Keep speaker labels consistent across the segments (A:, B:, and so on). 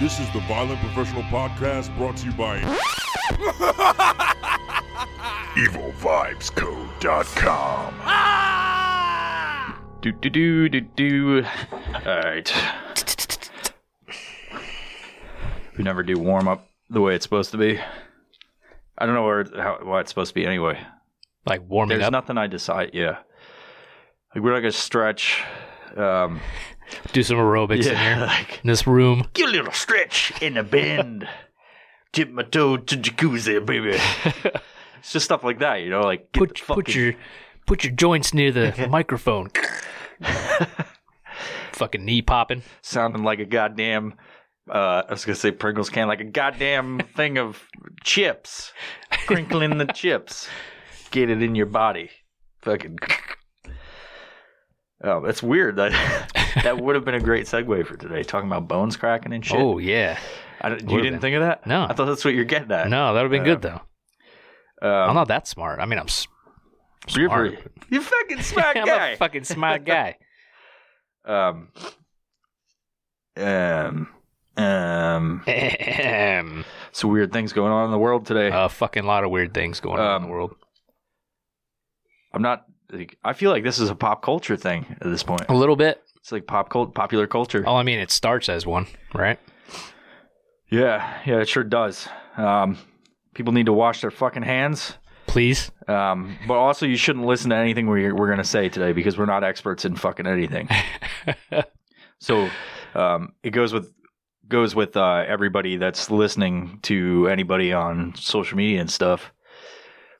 A: This is the Violent Professional Podcast brought to you by EvilVibesCode.com.
B: Do do do do do. Alright. We never do warm up the way it's supposed to be. I don't know where it- how, why it's supposed to be anyway.
C: like warming
B: There's
C: up.
B: nothing I decide. Yeah, like we're not gonna stretch. Um,
C: do some aerobics in
B: yeah,
C: here
B: like
C: in this room.
B: give a little stretch in a bend. Tip my toe to jacuzzi, baby. it's just stuff like that, you know. Like get
C: Put
B: the
C: put
B: fucking-
C: your put your joints near the microphone. Fucking knee popping.
B: sounding like a goddamn. Uh, I was gonna say Pringles can, like a goddamn thing of chips, crinkling the chips. Get it in your body, fucking. Oh, that's weird. That that would have been a great segue for today, talking about bones cracking and shit.
C: Oh yeah.
B: I don't- you
C: would've
B: didn't
C: been.
B: think of that?
C: No.
B: I thought that's what you're getting at.
C: No, that would have been good though. I'm
B: Uh, um,
C: not that smart. I mean, I'm s-
B: you're,
C: smart.
B: very- you're fucking smart
C: I'm
B: guy.
C: a fucking smart guy.
B: um, um, um,
C: Ahem.
B: some weird things going on in the world today.
C: a fucking lot of weird things going on in
B: Um,
C: the world.
B: I'm not. Like, I feel like this is a pop culture thing at this point.
C: A little bit.
B: It's like pop cult, popular culture.
C: Oh, I mean, it starts as one, right?
B: Yeah, yeah, it sure does. Um, people need to wash their fucking hands.
C: Please.
B: Um, but also, you shouldn't listen to anything we, we're going to say today because we're not experts in fucking anything. so um, it goes with goes with uh, everybody that's listening to anybody on social media and stuff.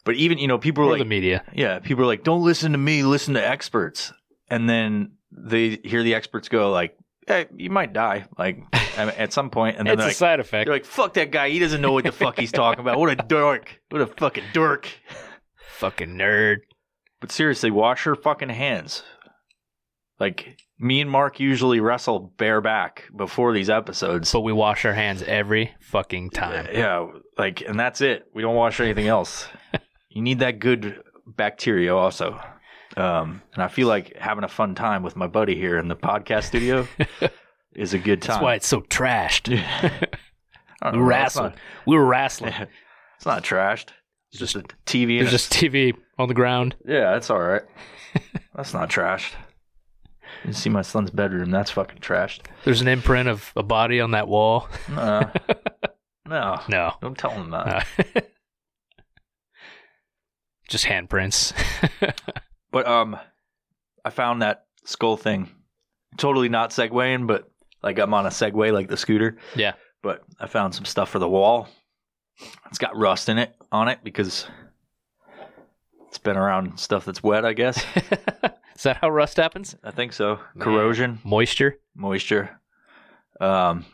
B: But even you know, people are
C: Or
B: like,
C: the media.
B: Yeah, people are like, "Don't listen to me, listen to experts." And then they hear the experts go like, "Hey, you might die like I mean, at some point." And then
C: It's
B: they're
C: a
B: like,
C: side effect.
B: they're like, "Fuck that guy. He doesn't know what the fuck he's talking about. What a dork. What a fucking dork."
C: fucking nerd.
B: But seriously, wash your fucking hands. Like me and Mark usually wrestle bareback before these episodes.
C: But we wash our hands every fucking time.
B: Uh, yeah, like and that's it. We don't wash anything else. you need that good bacteria also. Um, and I feel like having a fun time with my buddy here in the podcast studio is a good time.
C: That's why it's so trashed.
B: I don't
C: We
B: know,
C: were
B: that's
C: wrestling. We were wrestling.
B: Not, it's not trashed. It's just a TV. And
C: There's just TV on the ground.
B: a- yeah, that's all right. that's not trashed. You see my son's bedroom. That's fucking trashed.
C: There's an imprint of a body on that wall.
B: No, no,
C: No.
B: don't tell him that.
C: Uh, just handprints.
B: But um, I found that skull thing. Totally not segwaying, but like I'm on a segway, like the scooter.
C: Yeah.
B: But I found some stuff for the wall. It's got rust in it on it because it's been around stuff that's wet. I guess
C: Is that how rust happens?
B: I think so. Corrosion,
C: Moisture?
B: moisture. Um,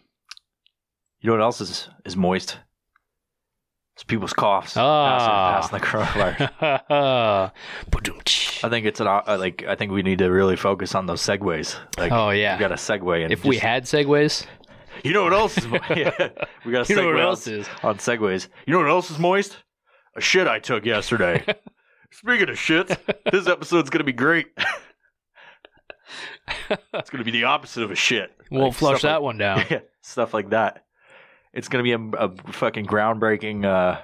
B: you know what else is is moist? It's people's coughs.
C: Ah.
B: passing the coronavirus.
C: Oh, Ba-dum-tsh.
B: I think it's an o- uh, like I think we need to really focus on those segues. Like,
C: Oh,
B: we
C: yeah.
B: got a segue. And
C: if we
B: just-
C: had segways,
B: you know what else? Is, yeah, we got a
C: You know
B: segue
C: what
B: on-
C: else is?
B: on segues. You know what else is moist? A shit I took yesterday. Speaking of shit, this episode's gonna be great. it's gonna be the opposite of a shit.
C: we'll
B: Like,
C: flush
B: stuff
C: that one down.
B: like, stuff like that. It's gonna be a, a fucking groundbreaking uh,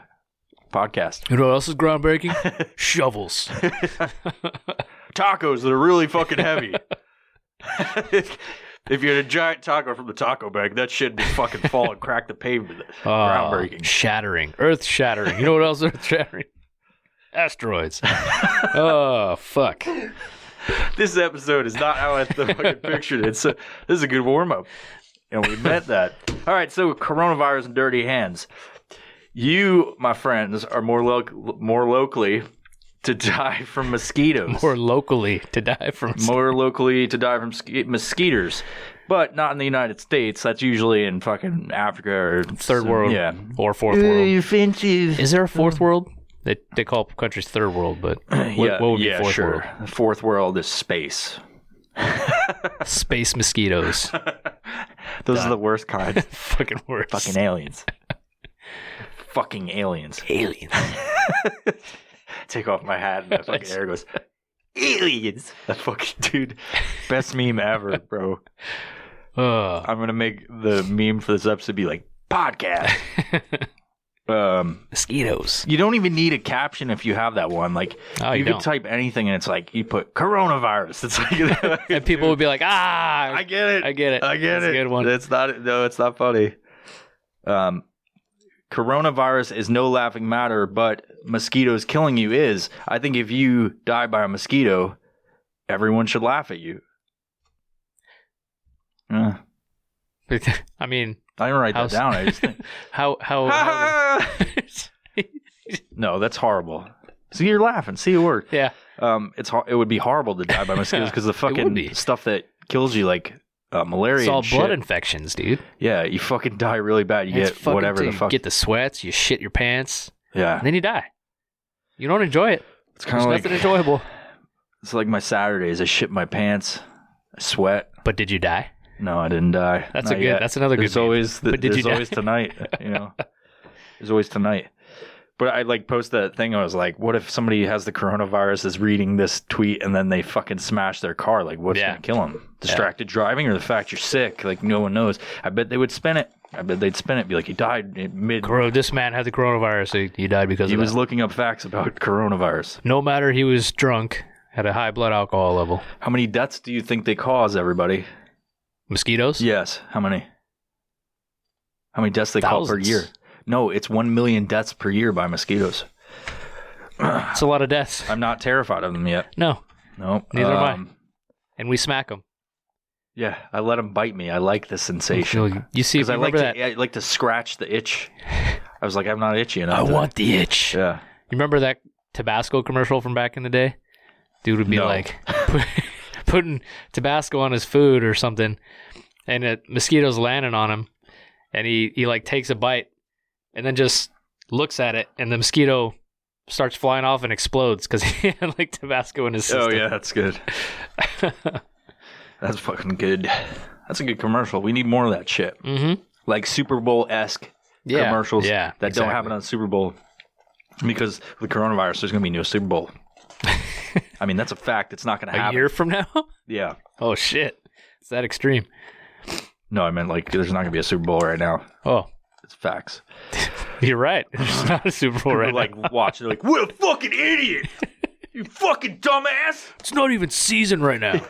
B: podcast.
C: You know what else is groundbreaking? Shovels.
B: tacos that are really fucking heavy. if you had a giant taco from the taco bag, that shit'd be fucking fall and crack the pavement.
C: Oh,
B: Groundbreaking.
C: Shattering. Earth shattering. You know what else earth shattering? Asteroids. oh, fuck.
B: This episode is not how I fucking pictured it. So this is a good warm up, and we met that. All right, so coronavirus and dirty hands. You, my friends, are more loc- more locally to die from mosquitoes.
C: Or locally to die from.
B: more locally to die from ski- mosquitoes, but not in the United States. That's usually in fucking Africa or
C: third world
B: Yeah.
C: or
B: Uh,
C: fourth world.
B: offensive.
C: Is there a fourth world? They, they call countries third world, but what,
B: Mm. yeah,
C: what would
B: yeah,
C: be fourth
B: sure.
C: world?
B: The Fourth world is space.
C: Space mosquitoes.
B: Those are the worst kinds.
C: Fucking worse.
B: fucking aliens. fucking aliens.
C: aliens.
B: Take off my hat and my fucking hair goes. Aliens. That fucking dude. Best meme ever, bro.
C: Uh,
B: I'm gonna make the meme for this episode be like podcast. um,
C: mosquitoes.
B: you don't even need a caption if you have that one. Like
C: Oh, you
B: you could
C: don't.
B: type anything, and it's like you put coronavirus. It's like,
C: And people would be like, ah,
B: I
C: I,
B: get it.
C: get it.
B: I get
C: That's
B: it.
C: A good one.
B: It's not. No, it's not funny. Um, coronavirus is no laughing matter, but mosquitoes killing you is. I think if you die by a mosquito, everyone should laugh at you. Uh,
C: I mean,
B: I didn't write
C: How's- Oh,
B: that down. I just think,
C: how how, how
B: no, that's horrible. See, you're laughing. See, it worked.
C: yeah.
B: Um, it's hor- it would be horrible to die by mosquitoes because the
C: would be.
B: fucking stuff that kills you, like uh, malaria,
C: It's all
B: and shit.
C: blood infections, dude.
B: yeah, you fucking die really bad. You
C: It's
B: get
C: fucking
B: whatever
C: too-
B: the fuck.
C: You get the sweats, you shit your pants,
B: yeah,
C: and then you die. You don't enjoy it.
B: It's
C: There's
B: kind of like
C: nothing enjoyable.
B: it's like my Saturdays. I shit my pants, I sweat.
C: But did you die?
B: No, I didn't die.
C: That's
B: Not
C: a good.
B: yet.
C: That's another good.
B: There's always th-
C: But did you
B: there's
C: die?
B: always tonight. You know, there's always tonight. But I like post that thing. I was like, what if somebody has the coronavirus, is reading this tweet, and then they fucking smash their car? Like, what's
C: Yeah.
B: gonna kill them? Distracted driving or the fact you're sick? Like, no one knows. I bet they would spin it. I bet they'd spin it. Be like, he died in mid.
C: Coro- this man had the coronavirus. So he died because
B: he
C: of
B: was
C: that.
B: looking up facts about coronavirus.
C: No matter he was drunk, had a high blood alcohol level.
B: How many deaths do you think they cause? Everybody.
C: Mosquitoes.
B: Yes. How many? How many deaths they call per
C: Thousands.
B: year? No, it's one million deaths per year by mosquitoes.
C: It's a lot of deaths.
B: I'm not terrified of them yet.
C: No,
B: No,
C: Neither am I. and we smack them.
B: Um, Yeah, I let them bite me. I like the sensation
C: You, you see,
B: because
C: if
B: I
C: you
B: like
C: remember
B: to,
C: that.
B: I like to scratch the itch. I was like, I'm not itchy enough.
C: I
B: today.
C: want the itch.
B: Yeah,
C: You remember that Tabasco commercial from back in the day? Dude would be
B: No.
C: like put, putting Tabasco on his food or something, and a mosquito's landing on him, and he he like takes a bite, and then just looks at it, and the mosquito starts flying off and explodes because he had like Tabasco in his
B: Oh
C: system.
B: yeah, that's good. that's fucking good. That's a good commercial. We need more of that shit,
C: Mm-hmm.
B: like Super Bowl esque
C: Yeah.
B: commercials
C: Yeah,
B: that
C: exactly.
B: don't happen on Super Bowl because with coronavirus, there's going to be no Super Bowl. I mean, that's a fact. It's not going to
C: A
B: happen.
C: year from now?
B: Yeah.
C: oh shit! It's that extreme.
B: No, I meant like there's not going to be a Super Bowl right now.
C: Oh,
B: It's facts.
C: you're right. There's not a Super Bowl
B: Right.
C: right
B: Like
C: now.
B: watch. They're like, "What a fucking idiot! you fucking dumbass!"
C: It's not even season right now.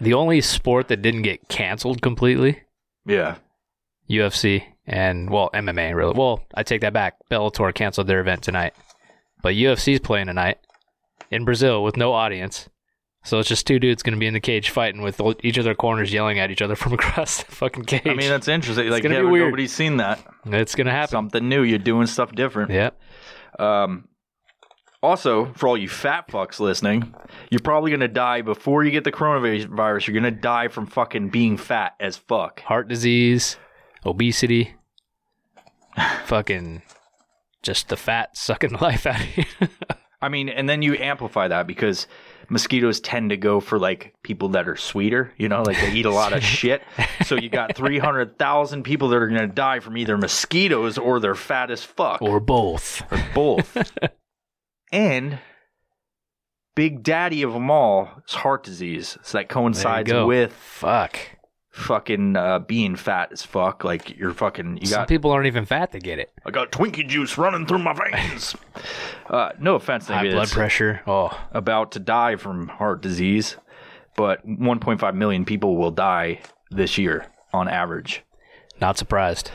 C: the only sport that didn't get canceled completely,
B: Yeah.
C: UFC and well, MMA really. Well, I take that back. Bellator canceled their event tonight. But UFC's playing tonight in Brazil with no audience. So it's just two dudes going to be in the cage fighting with all- each of their corners yelling at each other from across the fucking cage.
B: I mean, that's interesting. Like,
C: gonna
B: yeah,
C: be weird.
B: nobody's seen that.
C: it's going to happen.
B: Something new. You're doing stuff different.
C: Yeah.
B: Um, also, for all you fat fucks listening, you're probably gonna die before you get the coronavirus. You're gonna die from fucking being fat as fuck.
C: Heart disease, obesity, fucking just the fat sucking the life out of you.
B: I mean, and then you amplify that because mosquitoes tend to go for like people that are sweeter, you know, like they eat a lot of shit. So you got 300,000 people that are going to die from either mosquitoes or they're fat as fuck or,
C: or both.
B: both. and big daddy of them all is heart disease. So that coincides
C: go.
B: with
C: Fuck.
B: fucking uh, being fat as fuck. Like you're fucking, you
C: Some
B: got,
C: people aren't even fat to get it.
B: I got Twinkie juice running through my veins. uh, no offense,
C: High
B: maybe
C: blood
B: it's-
C: pressure. Oh,
B: about to die from heart disease, but 1.5 million people will die this year on average.
C: not surprised.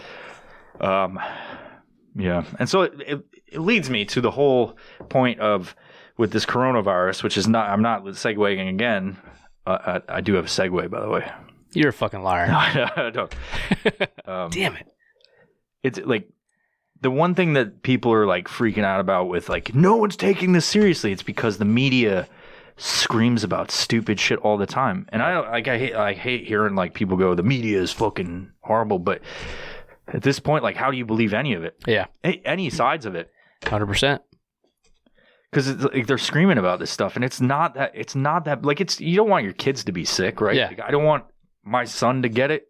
B: Um, yeah, and so it, it, it leads me to the whole point of with this coronavirus, which is not I'm not segueing again. Uh, I, I do have a segue, by the way.
C: You're a fucking liar.
B: I don't. Um,
C: Damn it.
B: it's like the one thing that people are like freaking out about with like no one's taking this seriously it's because the media screams about stupid shit all the time and i like i hate i hate hearing like people go the media is fucking horrible but at this point like how do you believe any of it
C: Yeah,
B: A- any sides of it
C: 100%.
B: because like, they're screaming about this stuff and it's not that it's not that like it's you don't want your kids to be sick right
C: Yeah.
B: like, i don't want my son to get it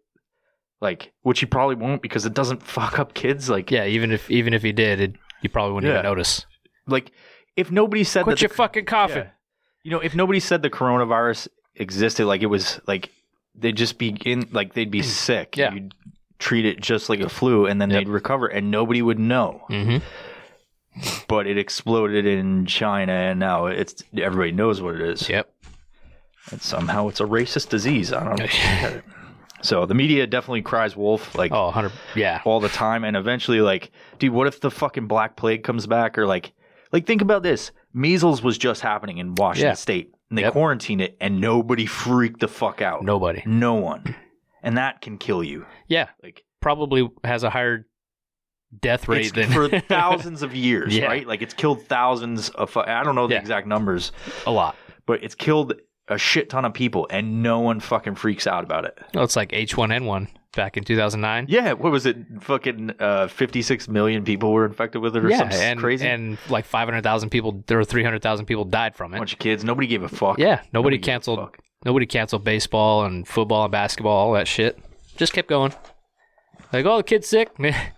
B: like which he probably won't because it doesn't fuck up kids like
C: Yeah, even if even if he did, it, you probably wouldn't
B: Yeah.
C: even notice.
B: like if nobody said
C: Quit
B: that
C: your
B: the-
C: fucking coughing.
B: Yeah. you know if nobody said the coronavirus existed like it was like they'd just be in like they'd be sick.
C: Yeah.
B: You'd treat it just like a flu and then
C: Yep.
B: they'd recover and nobody would know.
C: Mm-hmm.
B: But it exploded in China and now it's everybody knows what it is.
C: Yep.
B: And somehow it's a racist disease. I don't know. so the media definitely cries wolf like
C: Oh, 100. Yeah.
B: all the time and eventually like dude what if the fucking black plague comes back or like like think about this measles was just happening in washington
C: Yeah.
B: state and they
C: Yep.
B: quarantined it and nobody freaked the fuck out
C: Nobody.
B: no one and that can kill you
C: Yeah.
B: like
C: Probably has a higher death rate
B: it's
C: than
B: for thousands of years
C: Yeah.
B: right like it's killed thousands of fu- i don't know the
C: Yeah.
B: exact numbers
C: a lot.
B: but it's killed a shit ton of people and no one fucking freaks out about it
C: No, Oh, it's like H1N1 back in 2009.
B: yeah what was it fucking uh 56 million people were infected with it or something
C: and
B: crazy
C: and like 500,000 people or 300,000 people died from it.
B: bunch of kids nobody gave a fuck
C: yeah, nobody,
B: Nobody gives a
C: canceled.
B: fuck.
C: Nobody canceled baseball and football and basketball, all that shit. Just kept going. Like, oh, the kid's sick.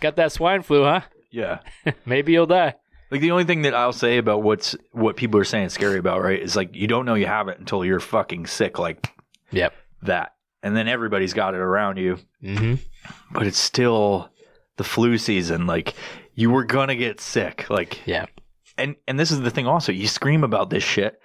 C: Got that swine flu, huh?
B: Yeah.
C: Maybe you'll die.
B: Like the only thing that I'll say about what's what people are saying is scary about, right, is like you don't know you have it until you're fucking sick like
C: Yep.
B: that. And then everybody's got it around you.
C: hmm
B: But it's still the flu season. Like you were gonna get sick. Like
C: Yeah.
B: and and this is the thing also, you scream about this shit.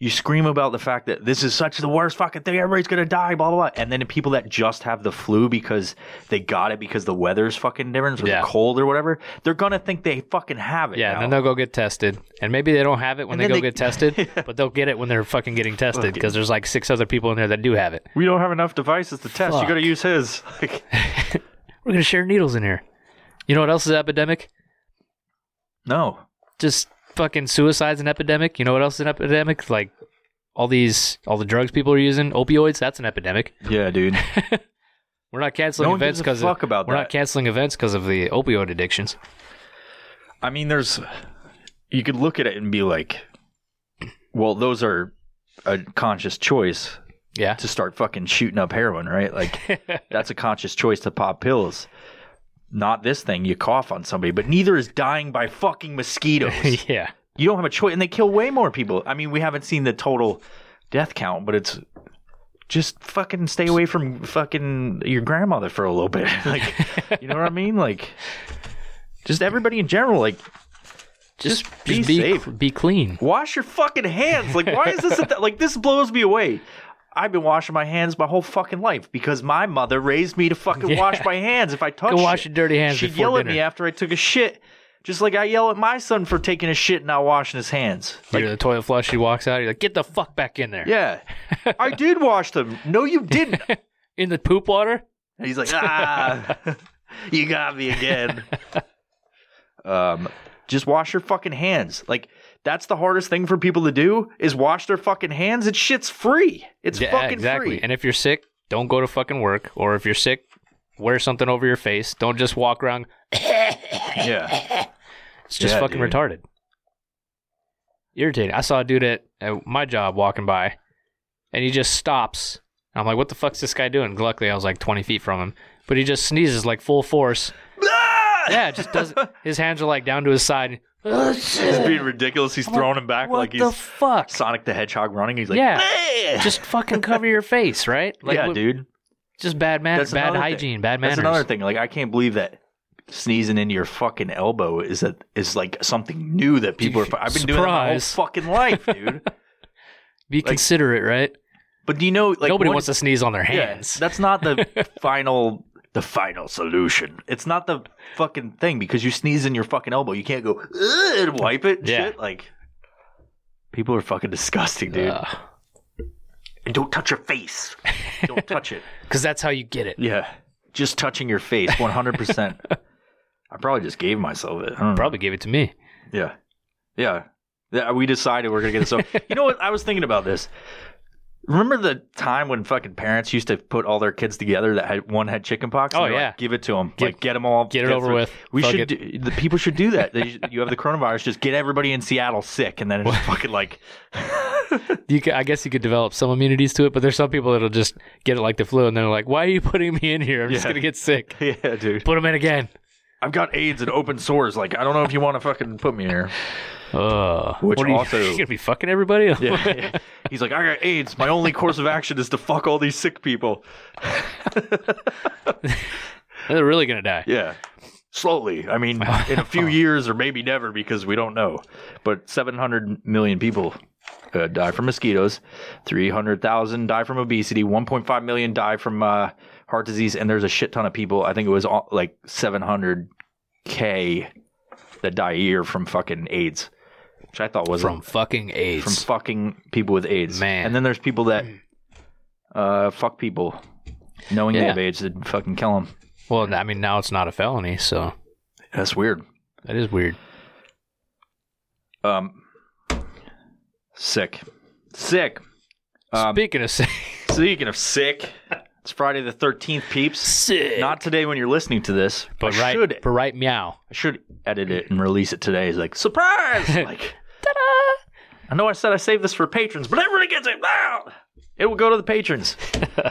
B: You scream about the fact that this is such the worst fucking thing, everybody's gonna die, blah blah blah. And then the people that just have the flu because they got it because the weather's fucking different or
C: Yeah.
B: the cold or whatever, they're gonna think they fucking have it.
C: Yeah, and
B: now.
C: then they'll go get tested. And maybe they don't have it
B: And
C: when they
B: then
C: go
B: they-
C: get tested, but they'll get it when they're fucking getting tested because there's like six other people in there that do have it.
B: We don't have enough devices to test.
C: Fuck.
B: You got to use his. Like,
C: We're going to share needles in here. You know what else is epidemic?
B: no.
C: Just fucking suicide's an epidemic. You know what else is an epidemic? Like all these, all the drugs people are using, opioids, that's an epidemic.
B: Yeah, dude.
C: We're not canceling
B: no one
C: events
B: gives a
C: because
B: fuck about
C: we're
B: that.
C: not canceling events because of the opioid addictions.
B: I mean, there's. You could look at it and be like, well, those are a conscious choice
C: Yeah.
B: to start fucking shooting up heroin, right? Like, that's a conscious choice to pop pills. Not this thing. You cough on somebody, but neither is dying by fucking mosquitoes.
C: yeah.
B: you don't have a choice, and they kill way more people. I mean, we haven't seen the total death count, but it's just fucking stay away from fucking your grandmother for a little bit. like, you know what I mean? Like, just everybody in general. Like, Just
C: Just, just
B: be
C: be
B: safe.
C: be clean.
B: wash your fucking hands. Like, why is this? A th- like, this blows me away. I've been washing my hands my whole fucking life because my mother raised me to fucking wash my hands. If I touch,
C: Go wash
B: shit.
C: your dirty hands
B: She'd
C: before
B: yell at
C: dinner.
B: me after I took a shit, just like I yell at my son for taking a shit and not washing his hands.
C: You're the toilet flush. She walks out. You're like, get the fuck back in there.
B: Yeah. I did wash them. No, you didn't.
C: In the poop water.
B: And he's like, ah, you got me again. um, just wash your fucking hands. Like, that's the hardest thing for people to do is wash their fucking hands. It shit's free. It's fucking
C: exactly.
B: free.
C: And if you're sick, don't go to fucking work. Or if you're sick, wear something over your face. Don't just walk around.
B: yeah.
C: It's just
B: Yeah,
C: fucking
B: dude.
C: retarded. Irritating. I saw a dude at, at my job walking by, and he just stops. I'm like, what the fuck's this guy doing? Luckily, I was like 20 feet from him, but he just sneezes like full force.
B: Ah!
C: Yeah, it just does. not His hands are like down to his side.
B: He's being ridiculous. He's throwing him back
C: What
B: like he's
C: the fuck?
B: Sonic the Hedgehog running. He's like,
C: Yeah.
B: "Bleh!"
C: Just fucking cover your face, right? Like,
B: yeah,
C: what-
B: dude.
C: Just bad man,
B: That's
C: bad
B: another thing.
C: hygiene, bad manners.
B: That's another thing. Like I can't believe that sneezing into your fucking elbow is that is like something new that people are. I've been doing that my whole
C: Surprise.
B: fucking life, dude.
C: Be considerate, right?
B: but do you know? Like
C: Nobody
B: one-
C: wants to sneeze on their
B: yeah,
C: hands.
B: that's not the final. The final solution. It's not the fucking thing because you sneeze in your fucking elbow. You can't go "Ugh," and wipe it. and
C: Yeah.
B: Shit. Like people are fucking disgusting, dude.
C: Because
B: and don't touch your face. don't touch it.
C: that's how you get it.
B: Yeah. Just touching your face, one hundred percent. I probably just gave myself it. I don't know.
C: Probably gave it to me.
B: Yeah. Yeah. Yeah, we decided we're gonna get this over. you know what? I was thinking about this. Remember the time when fucking parents used to put all their kids together that had one had chickenpox?
C: Oh,
B: they were like,
C: yeah.
B: give it to them.
C: Get-
B: like get them all.
C: get it over
B: through-
C: with.
B: We
C: Fuck
B: should.
C: it.
B: Do, the people should do that. They, you have the coronavirus. Just get everybody in Seattle sick, and then it's fucking like
C: You ca I guess you could develop some immunities to it, but there's some people that'll just get it like the flu, and they're like, "Why are you putting me in here? I'm just
B: Yeah.
C: gonna get sick."
B: yeah, dude.
C: Put them in again.
B: I've got AIDS and open sores. Like I don't know if you want to fucking put me here.
C: Uh,
B: Which
C: what are you,
B: also-
C: you gonna be fucking everybody?
B: Yeah. He's like, I got AIDS. My only course of action is to fuck all these sick people.
C: They're really gonna die.
B: Yeah. Slowly. I mean, in a few years or maybe never because we don't know. But 700 million people uh, die from mosquitoes, 300,000 die from obesity, 1.5 million die from uh, heart disease, and there's a shit ton of people. I think it was all, like 700K that die a year from fucking AIDS, which I thought was
C: From fucking AIDS.
B: from fucking people with AIDS.
C: Man.
B: And then there's people that uh, fuck people knowing they
C: Yeah.
B: have AIDS and fucking kill them.
C: well, I mean, now it's not a felony, so
B: That's weird.
C: that is weird.
B: Um, sick. Sick. Um,
C: Speaking of sick,
B: Speaking of sick, it's Friday the 13th, peeps.
C: sick.
B: Not today when you're listening to this,
C: but
B: I
C: right,
B: should,
C: but right, meow.
B: I should edit it and release it today. It's like, surprise! like, ta-da! I know I said I saved this for patrons, but everybody gets it now! It will go to the patrons.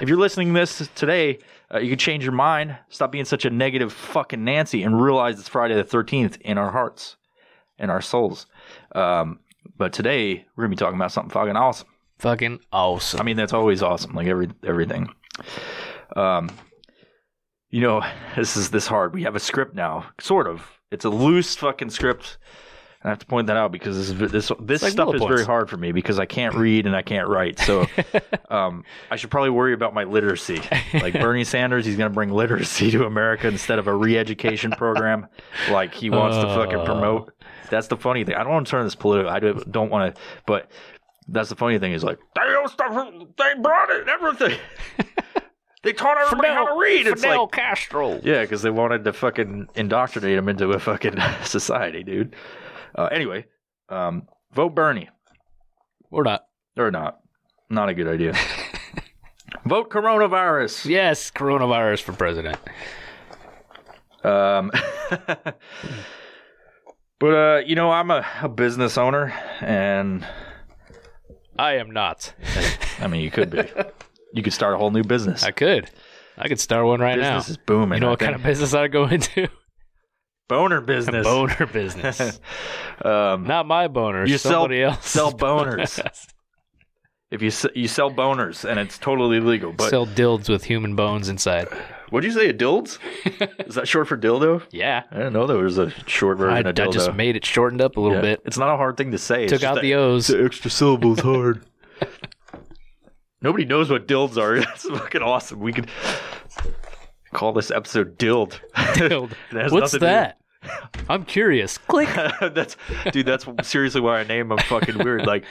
B: if you're listening to this today, uh, you can change your mind, stop being such a negative fucking Nancy, and realize it's Friday the 13th in our hearts, in our souls. Um, but today, we're going to be talking about something fucking awesome.
C: Fucking awesome.
B: I mean, that's always awesome. Like every everything. Um, you know, this is this hard. We have a script now, sort of. It's a loose fucking script. I have to point that out because this is- this this
C: It's like
B: stuff
C: bullet
B: is
C: points.
B: very hard for me because I can't read and I can't write. So, um, I should probably worry about my literacy. Like Bernie Sanders, he's going to bring literacy to America instead of a re-education program, like he wants to fucking
C: Oh.
B: promote. That's the funny thing. I don't want to turn this political. I do- don't want to, but that's the funny thing is like they all stuff they brought it and everything. they taught everybody how to read. It's like
C: Castro.
B: yeah, because they wanted to fucking indoctrinate them into a fucking society, dude. Uh, anyway, um, vote Bernie
C: We're not.
B: or not. Not a good idea. vote coronavirus.
C: Yes, coronavirus for president.
B: Um, but uh, you know, I'm a, a business owner, and
C: I am not.
B: I mean, you could be. you could start a whole new business.
C: I could. I could start one right
B: business
C: now.
B: is booming.
C: You know
B: I
C: what kind
B: think.
C: of business I'd go into?
B: boner business?
C: Boner business.
B: um,
C: Not my boner.
B: you sell
C: somebody else.
B: sell boners. if you s- you sell boners, and it's totally legal. But
C: sell dilds with human bones inside.
B: What'd you say, a dilds? Is that short for dildo?
C: Yeah.
B: I didn't know there was a short
C: I,
B: version
C: I
B: of dildo.
C: just made it shortened up a little
B: Yeah.
C: bit.
B: It's not a hard thing to say. It's
C: Took
B: just
C: out
B: that-
C: the O's.
B: the extra syllables hard. Nobody knows what dilds are. That's fucking awesome. We could call this episode "Dild."
C: Dild.
B: It has nothing
C: What's
B: to do-
C: that? I'm curious. Click.
B: that's dude. That's seriously why I name them fucking weird. Like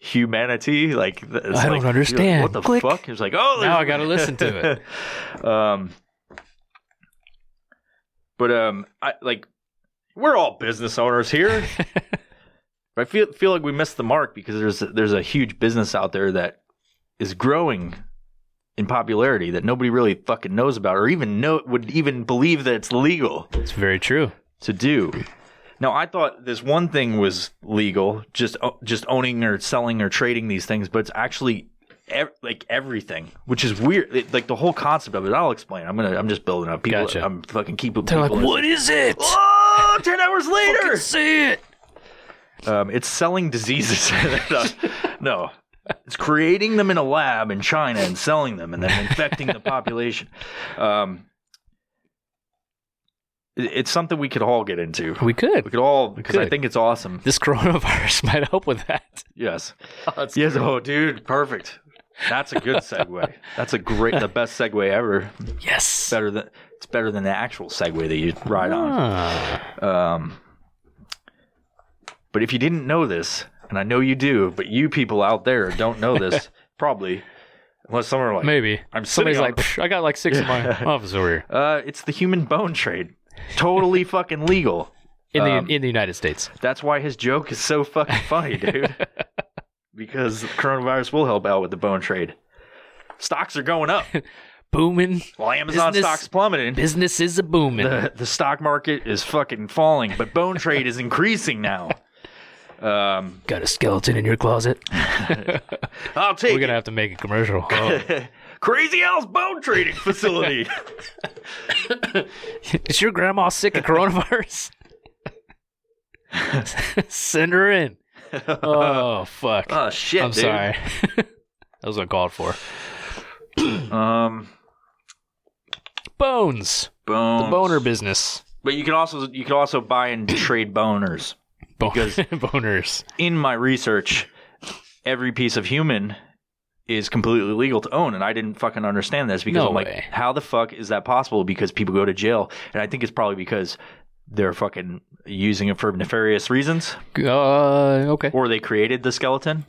B: humanity. Like th- it's
C: I don't
B: like,
C: understand.
B: What the
C: Click.
B: fuck? It's like oh,
C: Now I
B: there's-
C: gotta listen to it.
B: Um, but um, I like we're all business owners here. But I feel feel like we missed the mark because there's there's a huge business out there that is growing in popularity that nobody really fucking knows about or even know would even believe that it's legal
C: It's very true.
B: to do. Now I thought this one thing was legal, just o- just owning or selling or trading these things, but it's actually ev- like everything, which is weird. It- like the whole concept of it. I'll explain. I'm gonna I'm just building up. People,
C: Gotcha.
B: I'm fucking keeping.
C: They're like,
B: people-
C: what is it?
B: Oh, 10 hours later.
C: see it.
B: Um, it's selling diseases. no, no. it's creating them in a lab in China and selling them and then infecting the population. Um, it- it's something we could all get into.
C: We
B: We
C: could.
B: could all because I
C: could.
B: think it's awesome.
C: This coronavirus might help with that.
B: Yes. yes. Oh, dude, perfect. That's a good segue. That's a great, the best segue ever.
C: Yes.
B: Better than it's better than the actual segue that you ride on.
C: Ah.
B: Um, but if you didn't know this, and I know you do, but you people out there don't know this probably, unless some are like,
C: Maybe.
B: I'm sitting
C: Somebody's
B: on-
C: like, "Psh, I got like six in my office over here
B: uh, it's the human bone trade, totally fucking legal.
C: in the
B: Um,
C: in the United States.
B: That's why his joke is so fucking funny, dude. because coronavirus will help out with the bone trade. Stocks are going up.
C: Booming
B: While Amazon
C: Business-
B: stocks plummeting,
C: business is a booming.
B: the, the stock market is fucking falling, but bone trade is increasing now. Um,
C: got a skeleton in your closet.
B: I'll take
C: We're gonna
B: it.
C: have to make a commercial.
B: Crazy Al's bone trading facility.
C: Is your grandma sick of coronavirus? Send her in. Oh fuck.
B: oh shit!
C: I'm
B: dude.
C: sorry. that was uncalled for.
B: Um,
C: Bones.
B: bones.
C: The boner business.
B: But you can also you can also buy and trade boners.
C: Bon-
B: Because-
C: boners.
B: In my research, every piece of human is completely legal to own, and I didn't fucking understand this because
C: No
B: I'm like,
C: way.
B: how the fuck is that possible? Because people go to jail, and I think it's probably because they're fucking using it for nefarious reasons,
C: Uh, okay.
B: or they created the skeleton.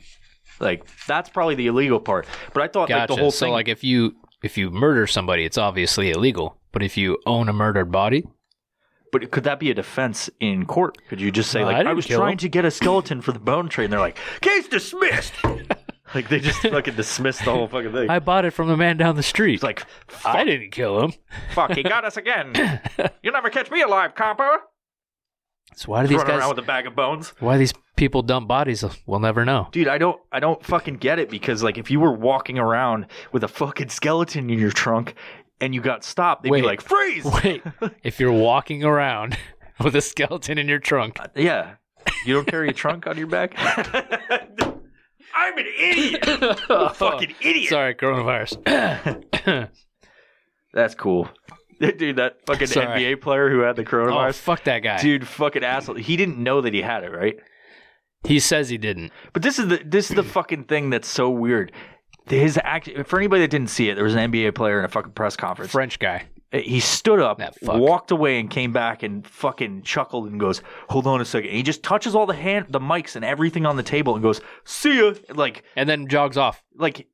B: Like that's probably the illegal part. But I thought like
C: Gotcha.
B: the whole
C: so
B: thing.
C: like if you if you murder somebody, it's obviously illegal. But if you own a murdered body,
B: But could that be a defense in court? Could you just say
C: No, I
B: like, I,
C: didn't
B: was
C: kill
B: trying
C: him."
B: to get a skeleton for the bone trade? And they're like, case dismissed. like they just fucking dismissed the whole fucking thing.
C: I bought it from the man down the street.
B: it's like, fuck,
C: I didn't kill him.
B: fuck, he got us again. You'll never catch me alive, copper.
C: So why do these
B: Running around
C: guys?
B: with a bag of bones.
C: Why these people dump bodies? We'll never know.
B: Dude, I don't, I don't fucking get it because like if you were walking around with a fucking skeleton in your trunk and you got stopped, they'd
C: Wait.
B: be like, freeze.
C: Wait, if you're walking around with a skeleton in your trunk,
B: Yeah, you don't carry a trunk on your back. I'm an idiot. fucking idiot.
C: Sorry, Oh, coronavirus.
B: That's cool. Dude, that fucking
C: Sorry.
B: NBA player who had the
C: oh,
B: coronavirus.
C: fuck that guy.
B: Dude, fucking asshole. He didn't know that he had it, right?
C: He says he didn't.
B: But this is the this is the fucking thing that's so weird. His act for anybody that didn't see it, there was an NBA player in a fucking press conference. Uh,
C: French guy.
B: He stood up,
C: That fuck.
B: walked away, and came back and fucking chuckled and goes, "Hold on a second. And he just touches all the hand, the mics, and everything on the table, and goes, "See ya." Like
C: And then jogs off.
B: like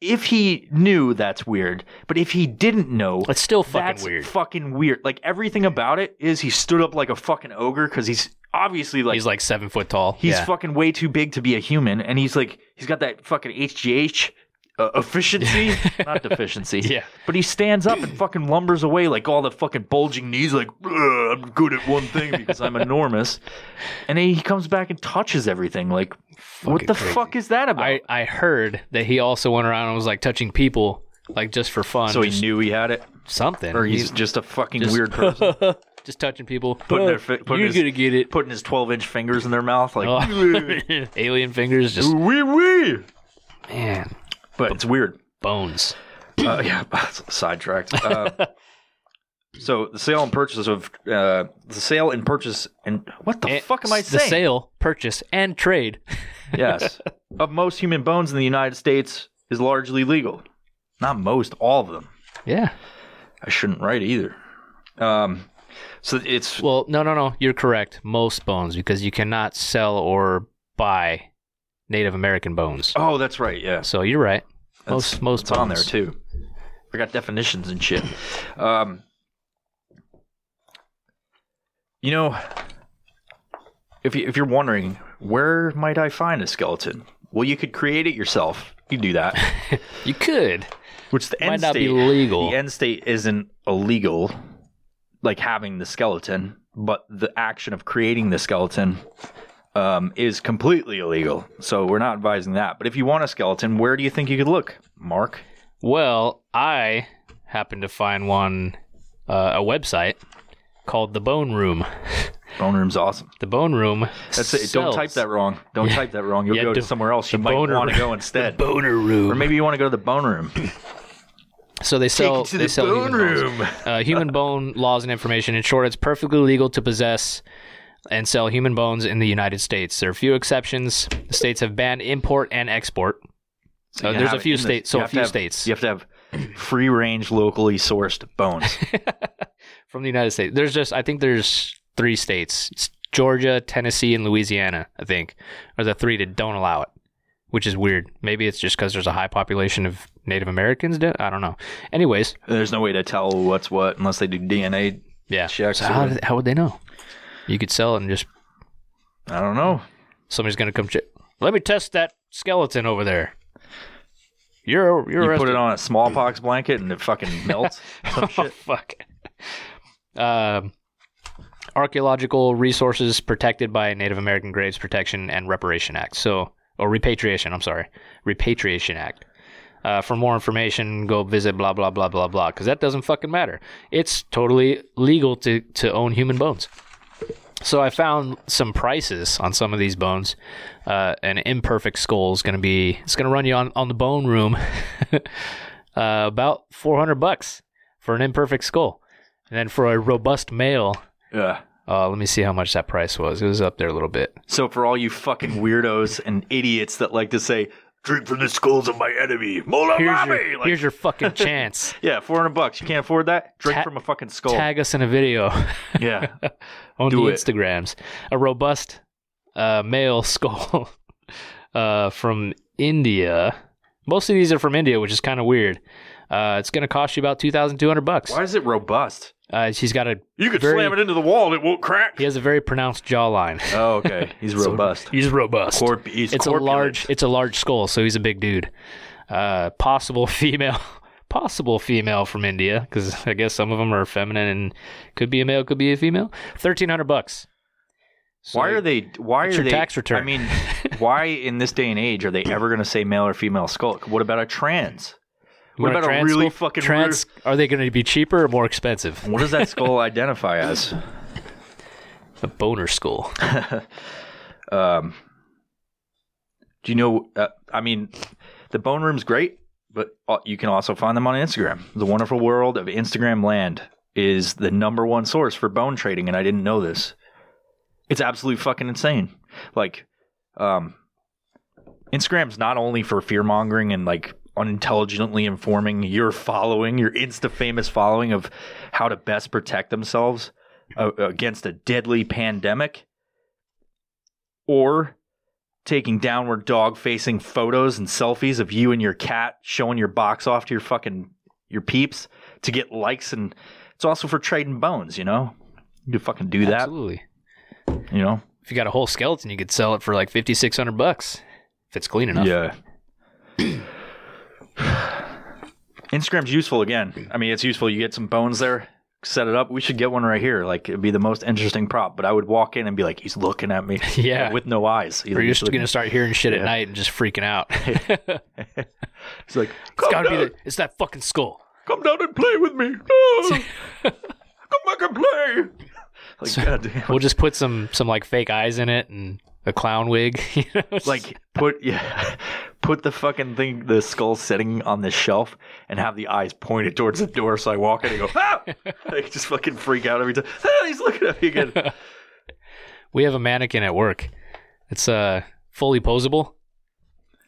B: if he knew that's weird, but if he didn't know,
C: It's still fucking
B: that's
C: weird.
B: fucking weird. Like everything about it is he stood up like a fucking ogre because he's obviously like
C: he's
B: he's,
C: like seven foot tall. yeah.
B: fucking way too big to be a human, and he's like he's got that fucking HGH uh, efficiency, not deficiency.
C: Yeah.
B: But he stands up and fucking lumbers away like all the fucking bulging knees, like "Ugh, I'm good at one thing because I'm enormous, and then he comes back and touches everything. Like what
C: Fucking
B: the
C: crazy.
B: fuck is that about?
C: I, I heard that he also went around and was like touching people, like just for fun.
B: so he
C: just
B: knew he had it.
C: something.
B: or he's just a fucking weird person
C: just touching people.
B: Putting their fi- putting
C: You're
B: his-
C: gonna get it.
B: putting his 12 inch fingers in their mouth like
C: Oh. Alien fingers, just
B: wee wee
C: man
B: but it's weird
C: bones.
B: uh, yeah sidetracked uh, so the sale and purchase of uh, the sale and purchase and what the
C: And
B: fuck am i
C: Eh, the
B: saying
C: sale, purchase, and trade.
B: yes of most human bones in the united states is largely legal not most all of them
C: Yeah.
B: i shouldn't write either um, so it's
C: Well, no, no, no. You're correct. Most bones, because you cannot sell or buy Native American bones.
B: oh that's right yes
C: So you're right. Most
B: That's-
C: most
B: it's on there
C: bones.
B: too. I got definitions and shit. Um, you know, if you, if you're wondering where might I find a skeleton, well, you could create it yourself. You can do that.
C: You could.
B: Which the
C: Might
B: end
C: not be
B: state
C: legal.
B: The end state isn't illegal, like having the skeleton, but the action of creating the skeleton. Um, is completely illegal, so we're not advising that. But if you want a skeleton, where do you think you could look, Mark?
C: Well, I happened to find one uh, a website called the Bone Room.
B: Bone room's awesome.
C: The Bone Room.
B: That's it. Don't type
C: sells
B: that wrong. Don't type that wrong. You'll
C: Yeah,
B: go to
C: don't-
B: somewhere else. You might
C: boner
B: want to
C: room.
B: go instead.
C: Boner Room.
B: Or maybe you want to go to the bone room.
C: so they sell.
B: it to
C: they
B: the
C: sell
B: bone
C: human bones.
B: room.
C: Uh, human bone laws and information. In short, it's perfectly legal to possess and sell human bones in the United States. There are few exceptions. The states have banned import and export.
B: So
C: Uh,
B: you
C: there's
B: have
C: a
B: it
C: few
B: in the-
C: states- so
B: you
C: a
B: have to
C: few
B: have-
C: states.
B: You have to have free range, locally sourced bones.
C: from the United States. There's just I think there's three states: it's Georgia, Tennessee, and Louisiana. I think are the three that don't allow it, which is weird. Maybe it's just because there's a high population of Native Americans. don't- I don't know. Anyways,
B: There's no way to tell what's what unless they do DNA.
C: yeah.
B: Checks
C: so how,
B: or-
C: did- how would they know? You could sell it and just
B: I don't know.
C: somebody's gonna come check. Let me test that skeleton over there. You're you're
B: You
C: arrested.
B: put it on a smallpox blanket and it fucking melts. Some
C: oh,
B: shit.
C: fuck. Um, archaeological resources protected by Native American Graves Protection and Reparation Act. So, or Repatriation, I'm sorry. Repatriation Act. Uh, for more information, go visit blah, blah, blah, blah, blah, because that doesn't fucking matter. It's totally legal to, to own human bones. So I found some prices on some of these bones. Uh, an imperfect skull is going to be it's going to run you on on the bone room uh, about four hundred bucks for an imperfect skull, and then for a robust male.
B: Yeah.
C: Uh, let me see how much that price was. It was up there a little bit.
B: So for all you fucking weirdos and idiots that like to say, "Drink from the skulls of my enemy, Mola
C: Here's
B: Mami!"
C: your,
B: like,
C: here's your fucking chance.
B: yeah, four hundred bucks. You can't afford that. Drink
C: Ta-
B: from a fucking skull.
C: Tag us in a video
B: Yeah,
C: on
B: Do
C: the
B: it.
C: Instagrams. A robust uh, male skull uh, from India. Most of these are from India, which is kind of weird. Uh, it's going to cost you about two thousand two hundred bucks.
B: why is it robust?
C: Uh, he's got a
B: You could
C: Very-
B: slam it into the wall; and it won't crack.
C: he has a very pronounced jawline.
B: Oh, okay. He's
C: So
B: robust.
C: he's robust.
B: Corp- he's
C: it's
B: corpulent.
C: a large it's a large skull, so he's a big dude. Uh, possible female, possible female from India, because I guess some of them are feminine and could be a male, could be a female. Thirteen hundred bucks. So
B: Why are they? Why
C: It's
B: are
C: your
B: they?
C: tax return.
B: I mean, why in this day and age are they ever going to say male or female skull? What about a trans?
C: you want
B: what about a
C: trans
B: really
C: skull?
B: fucking
C: trans? Are they going to be cheaper or more expensive?
B: What does that skull identify as?
C: A boner skull.
B: Um, do you know? Uh, I mean, the Bone Room's great, but uh, you can also find them on Instagram. The wonderful world of Instagram land is the number one source for bone trading, and I didn't know this. It's absolutely fucking insane. Like, um, Instagram's not only for fear mongering and like unintelligently informing your following, your insta famous following of how to best protect themselves uh, against a deadly pandemic or taking downward dog facing photos and selfies of you and your cat showing your box off to your fucking your peeps to get likes and it's also for trading bones, you know? You could fucking do that,
C: Absolutely.
B: you know?
C: If you got a whole skeleton, you could sell it for like fifty six hundred bucks if it's clean enough.
B: Yeah. Instagram's useful again. I mean, it's useful. You get some bones there, set it up. We should get one right here. Like, it'd be the most interesting prop. But I would walk in and be like, he's looking at me.
C: Yeah.
B: With no eyes. He's
C: Or you're
B: like,
C: just going to start hearing shit at
B: Yeah.
C: night and just freaking out.
B: he's like,
C: It's
B: come
C: got to be
B: down,
C: the, it's that fucking skull.
B: come down and play with me. No. come back and play. Like, goddamn.
C: We'll just put some some like fake eyes in it and a clown wig. you know, just-
B: like put yeah put the fucking thing the skull sitting on the shelf and have the eyes pointed towards the door so i walk in and go ah! like just fucking freak out every time ah, he's looking at me again
C: we have a mannequin at work. It's uh fully posable.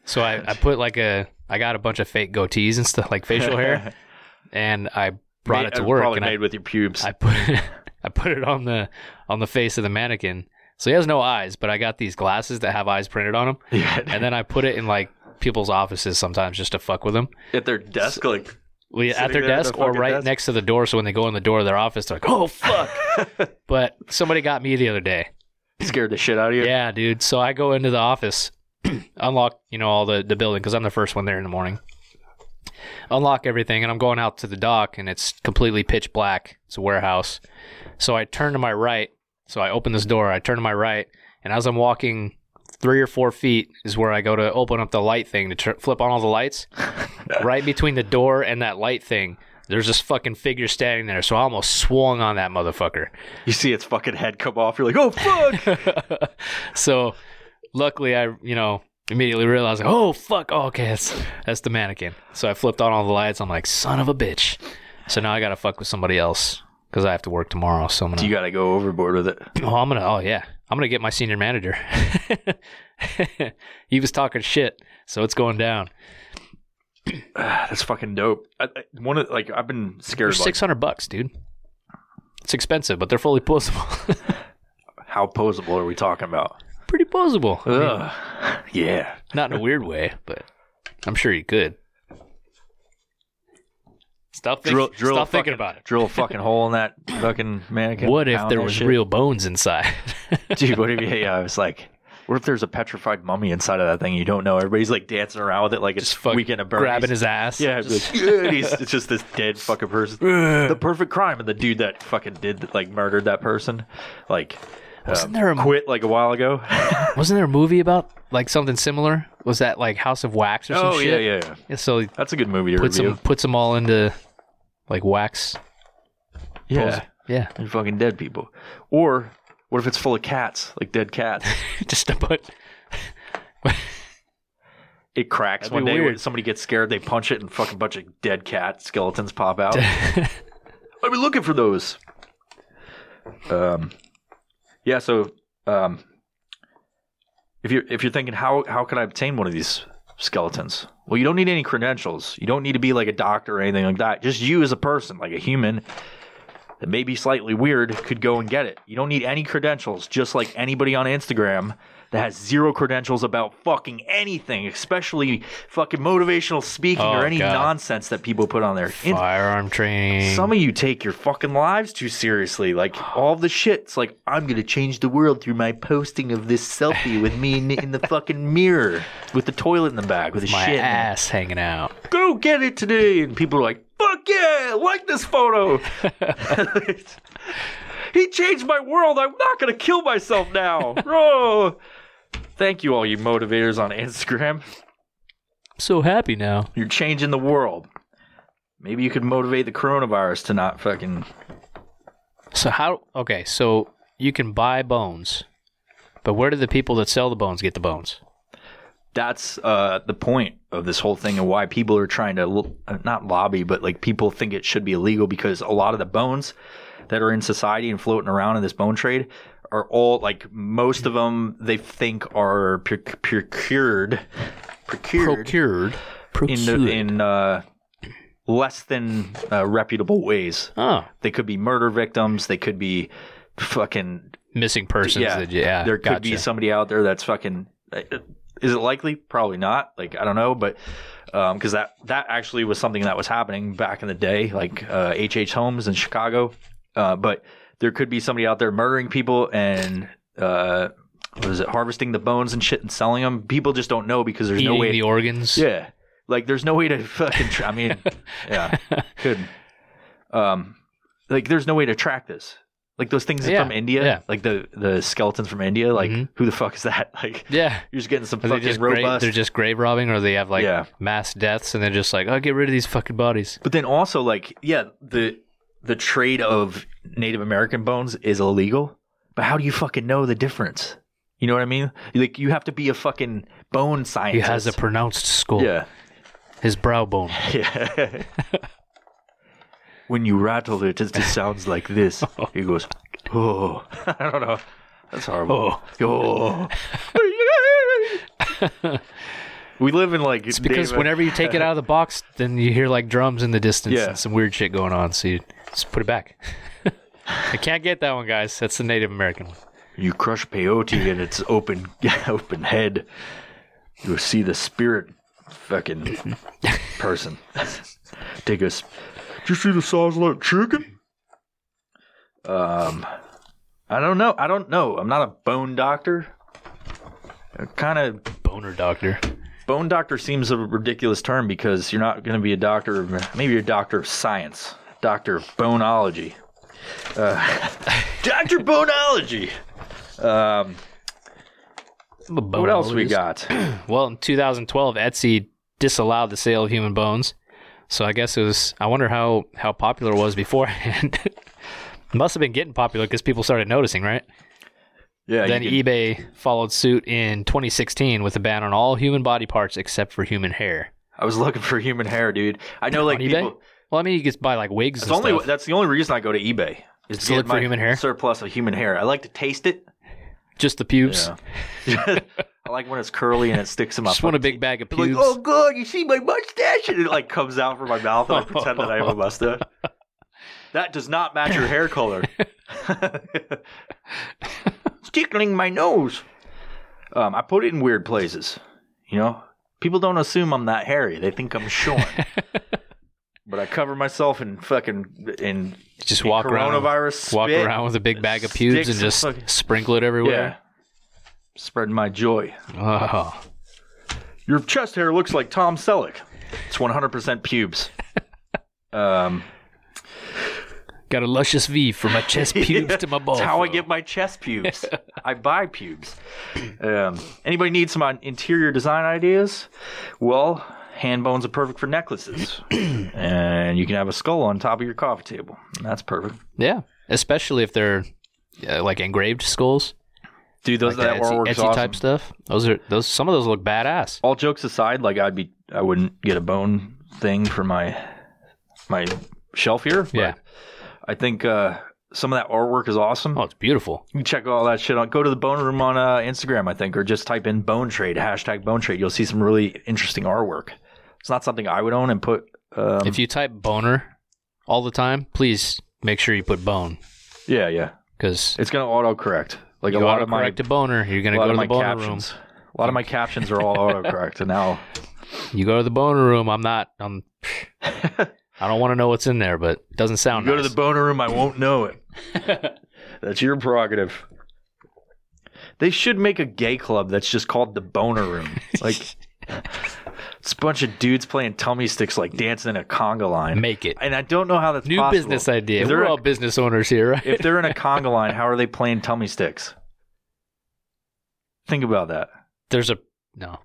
C: So I I put like a I got a bunch of fake goatees and stuff like facial hair, and I brought it to
B: Made- uh,
C: work
B: probably
C: and
B: made with your pubes
C: I, I put I put it on the on the face of the mannequin. So he has no eyes, but I got these glasses that have eyes printed on them,
B: yeah,
C: and then I put it in like people's offices sometimes just to fuck with them.
B: at their desk like
C: We, at
B: Sitting
C: their
B: there at
C: desk
B: the
C: or
B: fucking
C: right
B: desk.
C: next to the door. So when they go in the door of their office, they're like, oh, fuck. but somebody got me the other day.
B: scared the shit out of you
C: Yeah, dude. So I go into the office, unlock, you know, all the, the building because I'm the first one there in the morning. Unlock everything, and I'm going out to the dock, and it's completely pitch black. It's a warehouse. So I turn to my right. So I open this door. I turn to my right, and as I'm walking three or four feet is where I go to open up the light thing to tur- flip on all the lights. right between the door and that light thing, there's this fucking figure standing there. So I almost swung on that motherfucker.
B: you see its fucking head come off you're like oh fuck
C: so luckily I you know immediately realized like, oh fuck oh, okay that's that's the mannequin so I flipped on all the lights I'm like son of a bitch so now I gotta fuck with somebody else because I have to work tomorrow so I'm gonna
B: you gotta go overboard with it
C: oh I'm gonna oh yeah I'm gonna get my senior manager he was talking shit so it's going down
B: Ah, that's fucking dope I, I- one of like i've been
C: they're
B: scared of like,
C: 600 bucks dude it's expensive but they're fully posable
B: how posable are we talking about
C: pretty posable I mean,
B: Ugh. yeah
C: not in a weird way but I'm sure you could Stop, think,
B: drill, drill
C: stop
B: a fucking-
C: thinking about it.
B: Drill a fucking hole in that fucking mannequin.
C: What if
B: pound
C: there
B: that
C: was
B: shit.
C: real bones inside?
B: dude? What if yeah, yeah, I was like, what if there's a petrified mummy inside of that thing? You don't know. Everybody's like dancing around with it, like it's
C: Just fuck
B: weekend at Bernie's.
C: grabbing his ass.
B: Yeah, I'd be
C: Just-
B: like, "Yeah," and he's it's just this dead fucking person. the perfect crime, and the dude that fucking did that, like murdered that person, like
C: Wasn't there a-
B: quit like a while ago?
C: wasn't there a movie about like something similar? Was that like House of Wax or some
B: oh yeah,
C: shit?
B: yeah, yeah.
C: yeah. So he
B: That's a good movie to
C: puts
B: review.
C: them puts them all into like wax.
B: yeah,
C: Yeah.
B: and fucking dead people, or What if it's full of cats, like dead cats?
C: just to put.
B: It cracks
C: That'd
B: one
C: be
B: day.
C: weird.
B: Somebody gets scared. They punch it, and fucking bunch of dead cat skeletons pop out. I've been looking for those. Um, yeah. So, um, if you're if you're thinking how how can I obtain one of these skeletons? Well, you don't need any credentials. You don't need to be like a doctor or anything like that. Just you as a person, like a human that may be slightly weird, could go and get it. You don't need any credentials. Just like anybody on Instagram that has zero credentials about fucking anything, especially fucking motivational speaking
C: Oh,
B: or any
C: God.
B: nonsense that people put on there. In-
C: Firearm training.
B: some of you take your fucking lives too seriously. Like all the shit's like I'm gonna change the world through my posting of this selfie with me in, in the fucking mirror with the toilet in the back with the
C: my
B: shit. in it.
C: ass hanging out.
B: Go get it today, and people are like, "Fuck yeah, like this photo." he changed my world. I'm not gonna kill myself now. Oh. Thank you, all you motivators on Instagram.
C: I'm so happy now.
B: You're changing the world. Maybe you could motivate the coronavirus to not fucking
C: So how? Okay, so you can buy bones, but where do the people that sell the bones get the bones?
B: that's uh, the point of this whole thing and why people are trying to lo- uh, not lobby, but like people think it should be illegal because a lot of the bones that are in society and floating around in this bone trade are all like most of them they think are proc- procured procured
C: Procured.
B: in the, in uh, less than uh, reputable ways.
C: oh,
B: They could be murder victims. They could be fucking
C: missing persons.
B: yeah,
C: that- yeah
B: there could be
C: gotcha.
B: somebody out there that's fucking. Is it likely? Probably not. Like I don't know, but because that that actually was something that was happening back in the day, like uh, H. H. Holmes in Chicago. Uh, but there could be somebody out there murdering people and uh, what is it, harvesting the bones and shit and selling them. People just don't know because there's no
C: Eating
B: way.
C: the organs.
B: yeah, like there's no way to fucking. Tra- I mean, yeah, could. Um, like there's no way to track this. Like those things
C: Yeah,
B: from India,
C: yeah.
B: like the the skeletons from India. Like
C: Mhm.
B: who the fuck is that? Like
C: Yeah.
B: you're just getting some
C: Are they
B: fucking
C: just grave,
B: robust.
C: they're just grave robbing, or they have like
B: Yeah.
C: mass deaths, and they're just like, oh, get rid of these fucking bodies.
B: but then also like yeah, the the trade of Native American bones is illegal. But how do you fucking know the difference? You know what I mean? Like you have to be a fucking bone
C: He
B: scientist.
C: has a pronounced skull.
B: yeah.
C: His brow bone.
B: Yeah. when you rattle it, it just sounds like this. It goes, oh. I don't know. That's horrible. Oh. we live in like.
C: It's because whenever you take it out of the box, then you hear like drums in the distance
B: Yeah.
C: and some weird shit going on. So you just put it back. I can't get that one, guys. That's the Native American one.
B: You crush peyote in its open, open head, you'll see the spirit fucking person. take a. s- Oh. Did you see the size of that chicken? Um, I don't know. I don't know. I'm not a bone doctor. Kind of
C: Boner doctor.
B: bone doctor seems a ridiculous term because you're not going to be a doctor. Of, maybe you're a doctor of science, doctor of boneology, uh, doctor boneology. Um, what else we got?
C: Well, in 2012, Etsy disallowed the sale of human bones. So I guess it was. I wonder how how popular it was beforehand. Must have been getting popular because people started noticing, right?
B: Yeah,
C: Then E-
B: you
C: eBay followed suit in 2016 with a ban on all human body parts except for human hair.
B: I was looking for human hair, dude. I know, like
C: on eBay?
B: people.
C: Well, I mean, you could buy like wigs
B: It's
C: and
B: only
C: stuff.
B: that's the only reason I go to eBay is to
C: To look
B: get
C: for
B: my
C: human hair?
B: surplus of human hair. I like to taste it.
C: Just the pubes.
B: Yeah. I like when it's curly and it sticks in my.
C: Just want a
B: fucking
C: big bag of
B: Like,
C: pubes.
B: oh god, you see my mustache, and it like comes out from my mouth, and I pretend that I have a mustache. That does not match your hair color. it's tickling my nose. Um, I put it in weird places. You know, people don't assume I'm that hairy; they think I'm short. but I cover myself in fucking in
C: just walk around,
B: coronavirus.
C: walk
B: spit.
C: around with a big bag of pubes
B: sticks
C: and
B: and
C: just
B: fucking-
C: sprinkle it
B: Yeah,
C: everywhere.
B: spreading my joy.
C: Oh.
B: Your chest hair looks like Tom Selleck. It's 100% pubes. Um,
C: Got a luscious V from my chest pubes to my balls.
B: That's how I get my chest pubes. I buy pubes. Um, anybody need some on interior design ideas? Well, hand bones are perfect for necklaces. and you can have a skull on top of your coffee table. And That's perfect.
C: Yeah, especially if they're uh, like engraved skulls,
B: Dude, those
C: like
B: that
C: the Etsy,
B: artwork's
C: Etsy
B: awesome.
C: type stuff. Those are those. Some of those look badass.
B: All jokes aside, like I'd be, I wouldn't get a bone thing for my my shelf here. but
C: Yeah.
B: I think uh, some of that artwork is awesome.
C: Oh, it's beautiful.
B: You can check all that shit out. Go to the Bone Room on uh, Instagram, I think, or just type in Bone Trade hashtag Bone Trade. You'll see some really interesting artwork. It's not something I would own and put. Um,
C: if you type boner all the time, please make sure you put bone
B: yeah, yeah,
C: because
B: it's gonna autocorrect. Like
C: you
B: a lot of my
C: correct a boner. You're
B: a
C: gonna
B: lot
C: go
B: of
C: to
B: my
C: the boner
B: captions. A lot of my captions are all autocorrect, and now
C: room. You go to the boner room. I'm not. I'm. I don't want to know what's in there, but it doesn't sound.
B: go
C: Oh, nice.
B: to the boner room. I won't know it. that's your prerogative. They should make a gay club that's just called the boner room. Like it's a bunch of dudes playing tummy sticks, like dancing in a conga line.
C: make it.
B: And I don't know how that's
C: New
B: possible.
C: business idea.
B: If they're,
C: We're
B: a-
C: all business owners here, right?
B: if they're in a conga line, how are they playing tummy sticks? Think about that.
C: There's a no.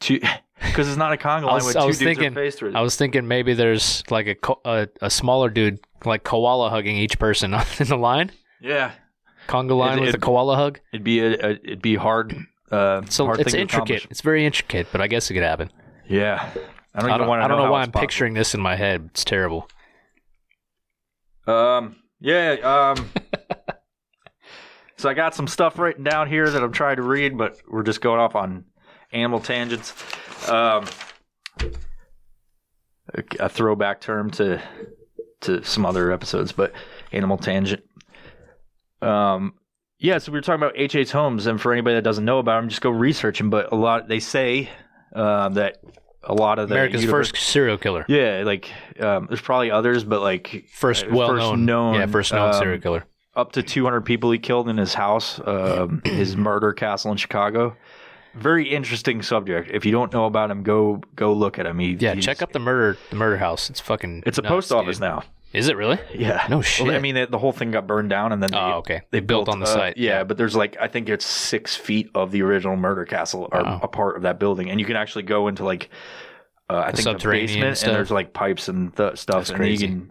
B: Because it's not a conga
C: I
B: line
C: was-
B: with
C: I
B: two
C: was
B: dudes are
C: thinking-
B: faced through.
C: I was thinking maybe there's like a co- a, a smaller dude like koala hugging each person in the line.
B: yeah,
C: Conga line
B: It-
C: with
B: it-
C: a koala hug.
B: it'd be a, a it'd be hard. Uh,
C: So
B: hard
C: it's
B: thing to
C: intricate.
B: accomplish.
C: It's very intricate, but I guess it could happen.
B: Yeah, I don't,
C: I
B: even
C: don't,
B: want to
C: I don't know,
B: how
C: why
B: it's
C: I'm picturing this in my head. It's terrible.
B: possible. Um. Yeah. Um. so I got some stuff written down here that I'm trying to read, but we're just going off on animal tangents. Um. a- A throwback term to to some other episodes, but animal tangent. Um, yeah, so we were talking about H. H. Holmes, and for anybody that doesn't know about him, just go research him. But a lot they say um, that a lot of the
C: America's
B: universe-
C: first serial killer.
B: Yeah, like um, there's probably others, but like
C: First
B: uh,
C: well known.
B: known,
C: Yeah, first known
B: um,
C: serial killer.
B: Up to 200 people he killed in his house, um, his murder castle in Chicago. Very interesting subject. If you don't know about him, go go look at him. He,
C: Yeah,
B: he's-
C: check up the murder the murder house. It's fucking
B: It's a
C: nuts,
B: post office
C: dude.
B: now.
C: Is it really?
B: Yeah.
C: No
B: Well, I
C: shit.
B: mean, the, the whole thing got burned down, and then they,
C: Oh, okay. They built on the
B: uh,
C: site.
B: Yeah, but there's like I think it's six feet of the original murder castle are
C: Wow.
B: a part of that building, and you can actually go into like uh, I
C: The
B: think the
C: subterranean
B: basement,
C: stuff.
B: and there's like pipes and th- stuff.
C: That's
B: and
C: crazy.
B: You can,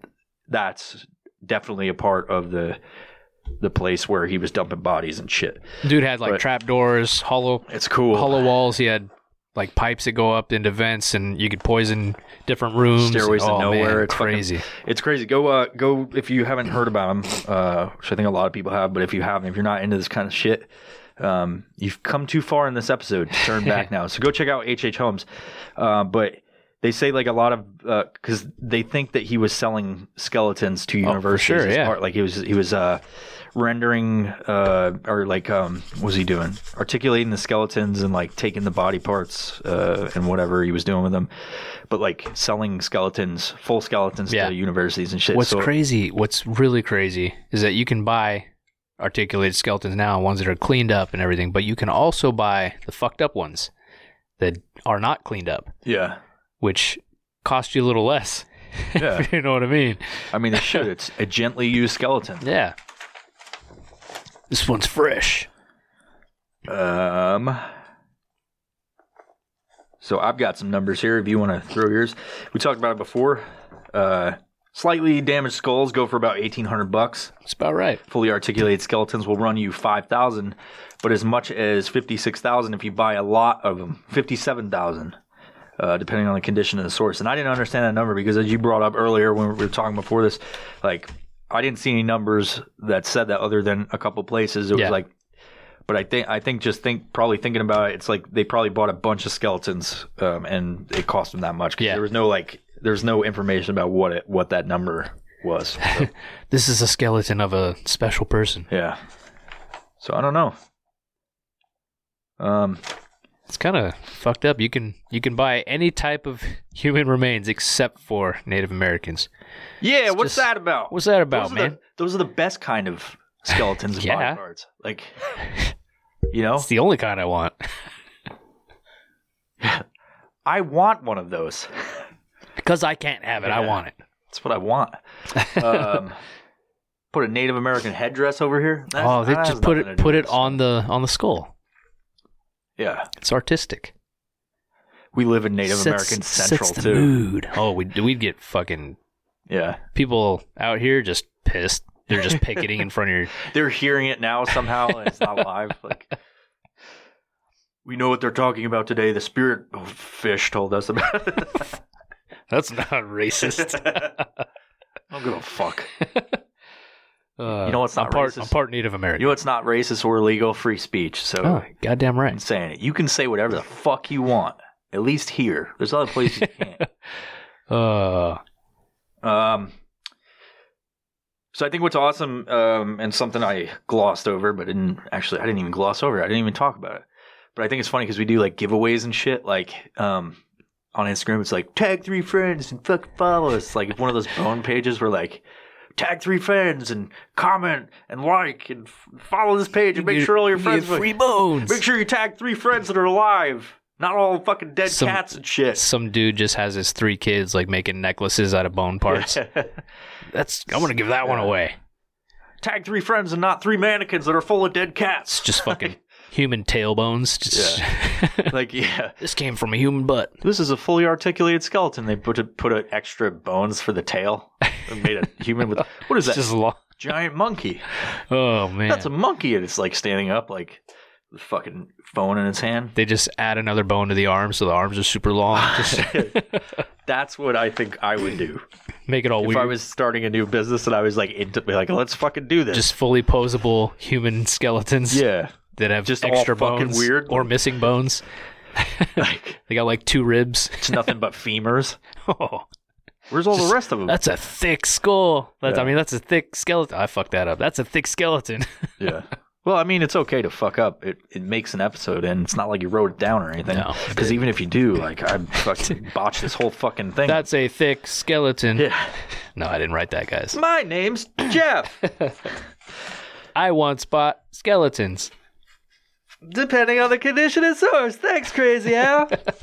B: that's definitely a part of the the place where he was dumping bodies and shit.
C: Dude had like
B: But-
C: trap doors, hollow
B: It's cool.
C: hollow walls. He had like pipes that go up into vents, and you could poison different rooms.
B: Stairways to
C: oh, man,
B: nowhere. It's fucking-
C: crazy.
B: It's crazy. Go, uh, go. If you haven't heard about him, uh, which I think a lot of people have, but if you haven't, if you're not into this kind of shit, um, you've come too far in this episode. to Turn back now. So go check out H. H. Holmes. Uh, but they say like a lot of because they think that he was selling skeletons to
C: Oh, for
B: universities.
C: sure,
B: as
C: yeah.
B: part- Like he was, he was uh, rendering uh, or like um, what was he doing? Articulating the skeletons and like taking the body parts uh, and whatever he was doing with them. But like selling skeletons, full skeletons
C: Yeah.
B: to universities and shit.
C: What's
B: So-
C: crazy? What's really crazy is that you can buy articulated skeletons now, ones that are cleaned up and everything, but you can also buy the fucked up ones that are not cleaned up,
B: Yeah.
C: which cost you a little less.
B: Yeah.
C: you know what I mean?
B: I mean, it should. It's a gently used skeleton.
C: Yeah. This one's fresh.
B: Um. So I've got some numbers here. If you want to throw yours, we talked about it before. Uh, slightly damaged skulls go for about eighteen hundred bucks.
C: That's about right.
B: Fully articulated skeletons will run you five thousand, but as much as fifty six thousand if you buy a lot of them. Fifty seven thousand. Uh, depending on the condition of the source, and I didn't understand that number because, as you brought up earlier when we were talking before this, like I didn't see any numbers that said that other than a couple places. It
C: Yeah.
B: was like but I think I think just think probably thinking about it, it's like they probably bought a bunch of skeletons, um, and it cost them that much. 'cause
C: Yeah.
B: There was no like, there's no information about what it what that number was. So,
C: This is a skeleton of a special person.
B: yeah. So I don't know. Um.
C: It's kind of fucked up. You can you can buy any type of human remains except for Native Americans.
B: Yeah. what's
C: just-
B: that about?
C: What's that about,
B: those Are
C: man?
B: the, those are the best kind of skeletons and
C: Yeah.
B: body parts. Like, you know,
C: It's the only kind I want.
B: I want one of those.
C: Because I can't have it, I
B: Yeah.
C: want it.
B: That's what I want. Um, put a Native American headdress over here. That's-
C: oh, they
B: that has
C: just put
B: nothing
C: it
B: to do
C: put
B: with
C: it
B: this.
C: on the on the skull.
B: Yeah.
C: It's artistic.
B: We live in Native
C: Sets-
B: American Central
C: sets the
B: too.
C: Mood. Oh, we we'd get fucking
B: Yeah,
C: people out here just pissed. They're just picketing in front of your.
B: They're hearing it now somehow, and it's not live. Like we know what they're talking about today. The spirit of fish told us about. It.
C: That's not racist.
B: I don't give a fuck.
C: Uh,
B: You know what's
C: I'm
B: not
C: part,
B: racist?
C: I'm part Native American.
B: You know it's not racist or illegal. Free speech. So
C: oh, goddamn
B: I'm
C: right.
B: saying it. You can say whatever the fuck you want. At least here. There's other places you can't.
C: Uh,
B: Um, so I think what's awesome um, and something I glossed over, but didn't actually, I didn't even gloss over. it. I didn't even talk about it. But I think it's funny because we do like giveaways and shit. Like um, on Instagram, it's like tag three friends and fuck follow us. Like one of those bone pages where like tag three friends and comment and like and f- follow this page and make sure all your
C: You
B: friends
C: get free bones.
B: make sure you tag three friends that are alive, not all fucking dead
C: Some-
B: cats and shit.
C: Some dude just has his three kids like making necklaces out of bone parts. That's I'm gonna give that one away.
B: tag three friends and not three mannequins that are full of dead cats.
C: It's just fucking human tailbones. Just
B: like yeah,
C: this came from a human butt.
B: this is a fully articulated skeleton. They put a, put a extra bones for the tail and made a human with what is that?
C: It's just lo-
B: Giant monkey.
C: oh man.
B: That's a monkey, and it's like standing up, like the fucking phone in its hand.
C: they just add another bone to the arm, so the arms are super long. Just
B: That's what I think I would do
C: make it all
B: if
C: weird.
B: I was starting a new business and I was like into like let's fucking do this.
C: just fully posable human skeletons
B: yeah,
C: that have
B: Just all
C: extra
B: fucking
C: bones
B: weird.
C: or missing bones.
B: like
C: They got like two ribs.
B: it's nothing but femurs.
C: oh,
B: Where's all the rest of them?
C: that's a thick skull. That's, I
B: Yeah.
C: mean, that's a thick skeleton. I fucked that up. That's a thick skeleton.
B: Yeah. Well, I mean, it's okay to fuck up. It it makes an episode, and it's not like you wrote it down or anything.
C: No.
B: Because even if you do, like, I fucking botched this whole fucking thing.
C: that's a thick skeleton.
B: yeah.
C: No, I didn't write that, guys.
B: My name's Jeff.
C: I once bought skeletons.
B: depending on the condition and source. Thanks, Crazy Al. what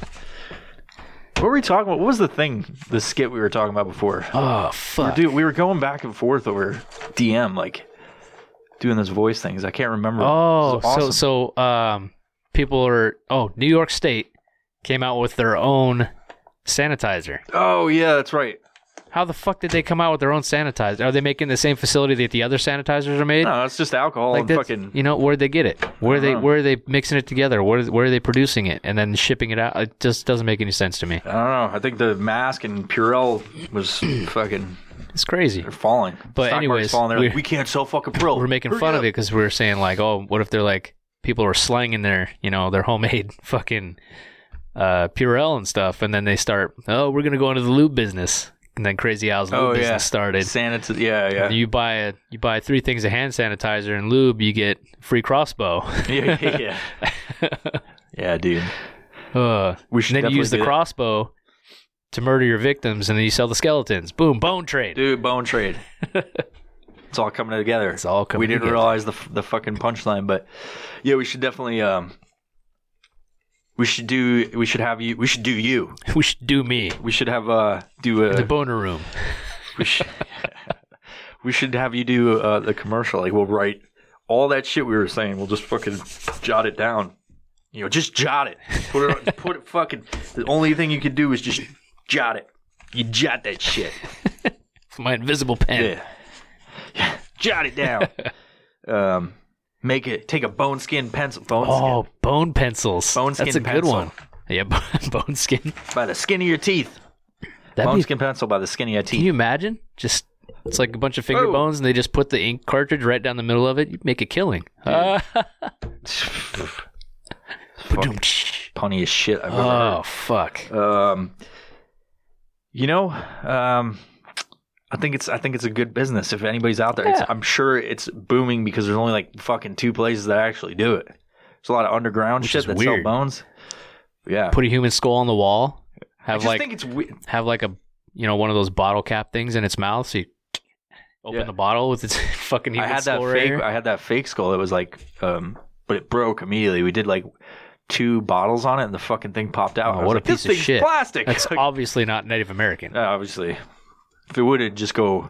B: were we talking about? What was the thing, the skit we were talking about before?
C: Oh fuck!
B: Dude, we were going back and forth over DM, like doing those voice things. I can't remember.
C: Oh,
B: This is awesome.
C: so so um, people are. Oh, New York State came out with their own sanitizer.
B: oh yeah, that's right.
C: How the fuck did they come out with their own sanitizer? Are they making the same facility that the other sanitizers are made?
B: No, it's just alcohol
C: like
B: and
C: that's-
B: fucking. Uh-huh.
C: you know, where'd they get it? Where they
B: know.
C: where are they mixing it together? Where where are they producing it and then shipping it out? It just doesn't make any sense to me.
B: I don't know. I think the mask and Purell was fucking
C: It's crazy.
B: they're falling.
C: But
B: Stock market's
C: anyways,
B: falling. They're like,
C: we-
B: we can't sell fucking Purell.
C: We're making
B: Hurry
C: fun of
B: up."
C: it because we were saying like, oh, what if they're like people are slanging their you know their homemade fucking uh, Purell and stuff, and then they start, oh, we're gonna go into the lube business, and then Crazy Al's lube
B: Oh
C: business
B: yeah,
C: started.
B: Sanitize. Yeah, yeah.
C: You buy a, you buy three things of hand sanitizer and lube, you get free crossbow.
B: yeah, yeah, yeah. Yeah, dude.
C: Uh,
B: We should
C: and then
B: definitely
C: you use the
B: do that.
C: crossbow to murder your victims, and then you sell the skeletons. Boom, bone trade.
B: Dude, bone trade. it's all coming together.
C: It's all coming
B: We didn't
C: together.
B: realize the f- the fucking punchline, but yeah, we should definitely um. We should do. We should have you. We should do you.
C: We should do me
B: We should have uh do a
C: the boner room.
B: We should, we should have you do uh, the commercial. Like we'll write all that shit we were saying. We'll just fucking jot it down. You know, just jot it. Put it. on- put it. Fucking. The only thing you can do is just jot it. You jot that shit.
C: With My invisible pen.
B: Yeah. Yeah, Jot it down. um, make it. Take a bone skin pencil. Bone
C: Oh, bone pencils.
B: Bone
C: That's a
B: skin
C: good
B: pencil.
C: one. Yeah, bo- bone skin.
B: skin by the skin of your teeth.
C: That'd
B: bone
C: be,
B: skin pencil by the skin of your
C: can
B: teeth.
C: you imagine? Just it's like a bunch of finger
B: Oh.
C: bones, and they just put the ink cartridge right down the middle of it. You'd make a killing. Ah. Ba-doom-tsh.
B: Punny as shit. I've ever heard.
C: oh fuck!
B: Um, you know, um, I think it's I think it's a good business. If anybody's out there, it's,
C: Yeah.
B: I'm sure it's booming because there's only like fucking two places that actually do it. There's a lot of underground
C: Which
B: shit
C: is
B: that
C: weird.
B: sell bones. Yeah,
C: Put a human skull on the wall.
B: I
C: Have
B: just
C: like
B: think it's weird.
C: have like a you know one of those bottle cap things in its mouth, so you open
B: Yeah.
C: the bottle with its fucking
B: I
C: human
B: had that
C: skull right
B: fake.
C: here.
B: I had that fake skull that was like, um, but it broke immediately. We did like two bottles on it, and the fucking thing popped out.
C: Oh,
B: I was
C: what a
B: like, this
C: piece of
B: thing's
C: shit.
B: Plastic.
C: That's obviously not Native American.
B: Uh, obviously, if it would it just go,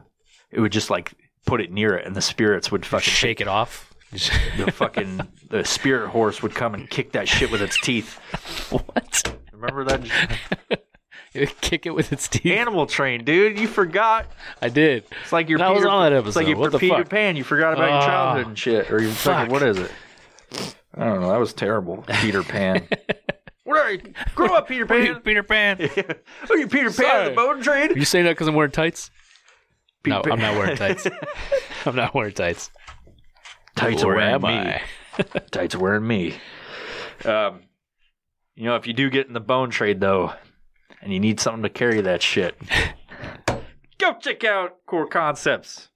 B: it would just like put it near it, and the spirits would fucking take
C: Shake it off. Just-
B: the fucking the spirit horse would come and kick that shit with its teeth.
C: what?
B: Remember that?
C: It would kick it with its teeth.
B: Animal Train, dude. You forgot.
C: I did.
B: It's like your
C: That
B: Peter,
C: was on that
B: It's like
C: episode.
B: your
C: What the
B: Peter
C: fuck?
B: Pan. You forgot about your
C: Ah.
B: childhood and shit. Or you fucking
C: Fuck.
B: what is it? I don't know. That was terrible. Peter Pan. what are you? Grow up, Peter Pan.
C: Peter Pan.
B: Are you Peter Pan
C: Sorry.
B: of the boat
C: Are
B: train?
C: you saying that because I'm wearing tights?
B: Peter
C: No,
B: Pan.
C: I'm not wearing tights. I'm not wearing tights.
B: Tights are
C: Or
B: wearing
C: am
B: me.
C: I?
B: Tights are wearing me. Um, you know, if you do get in the bone trade though, and you need something to carry that shit, go check out Core Concepts.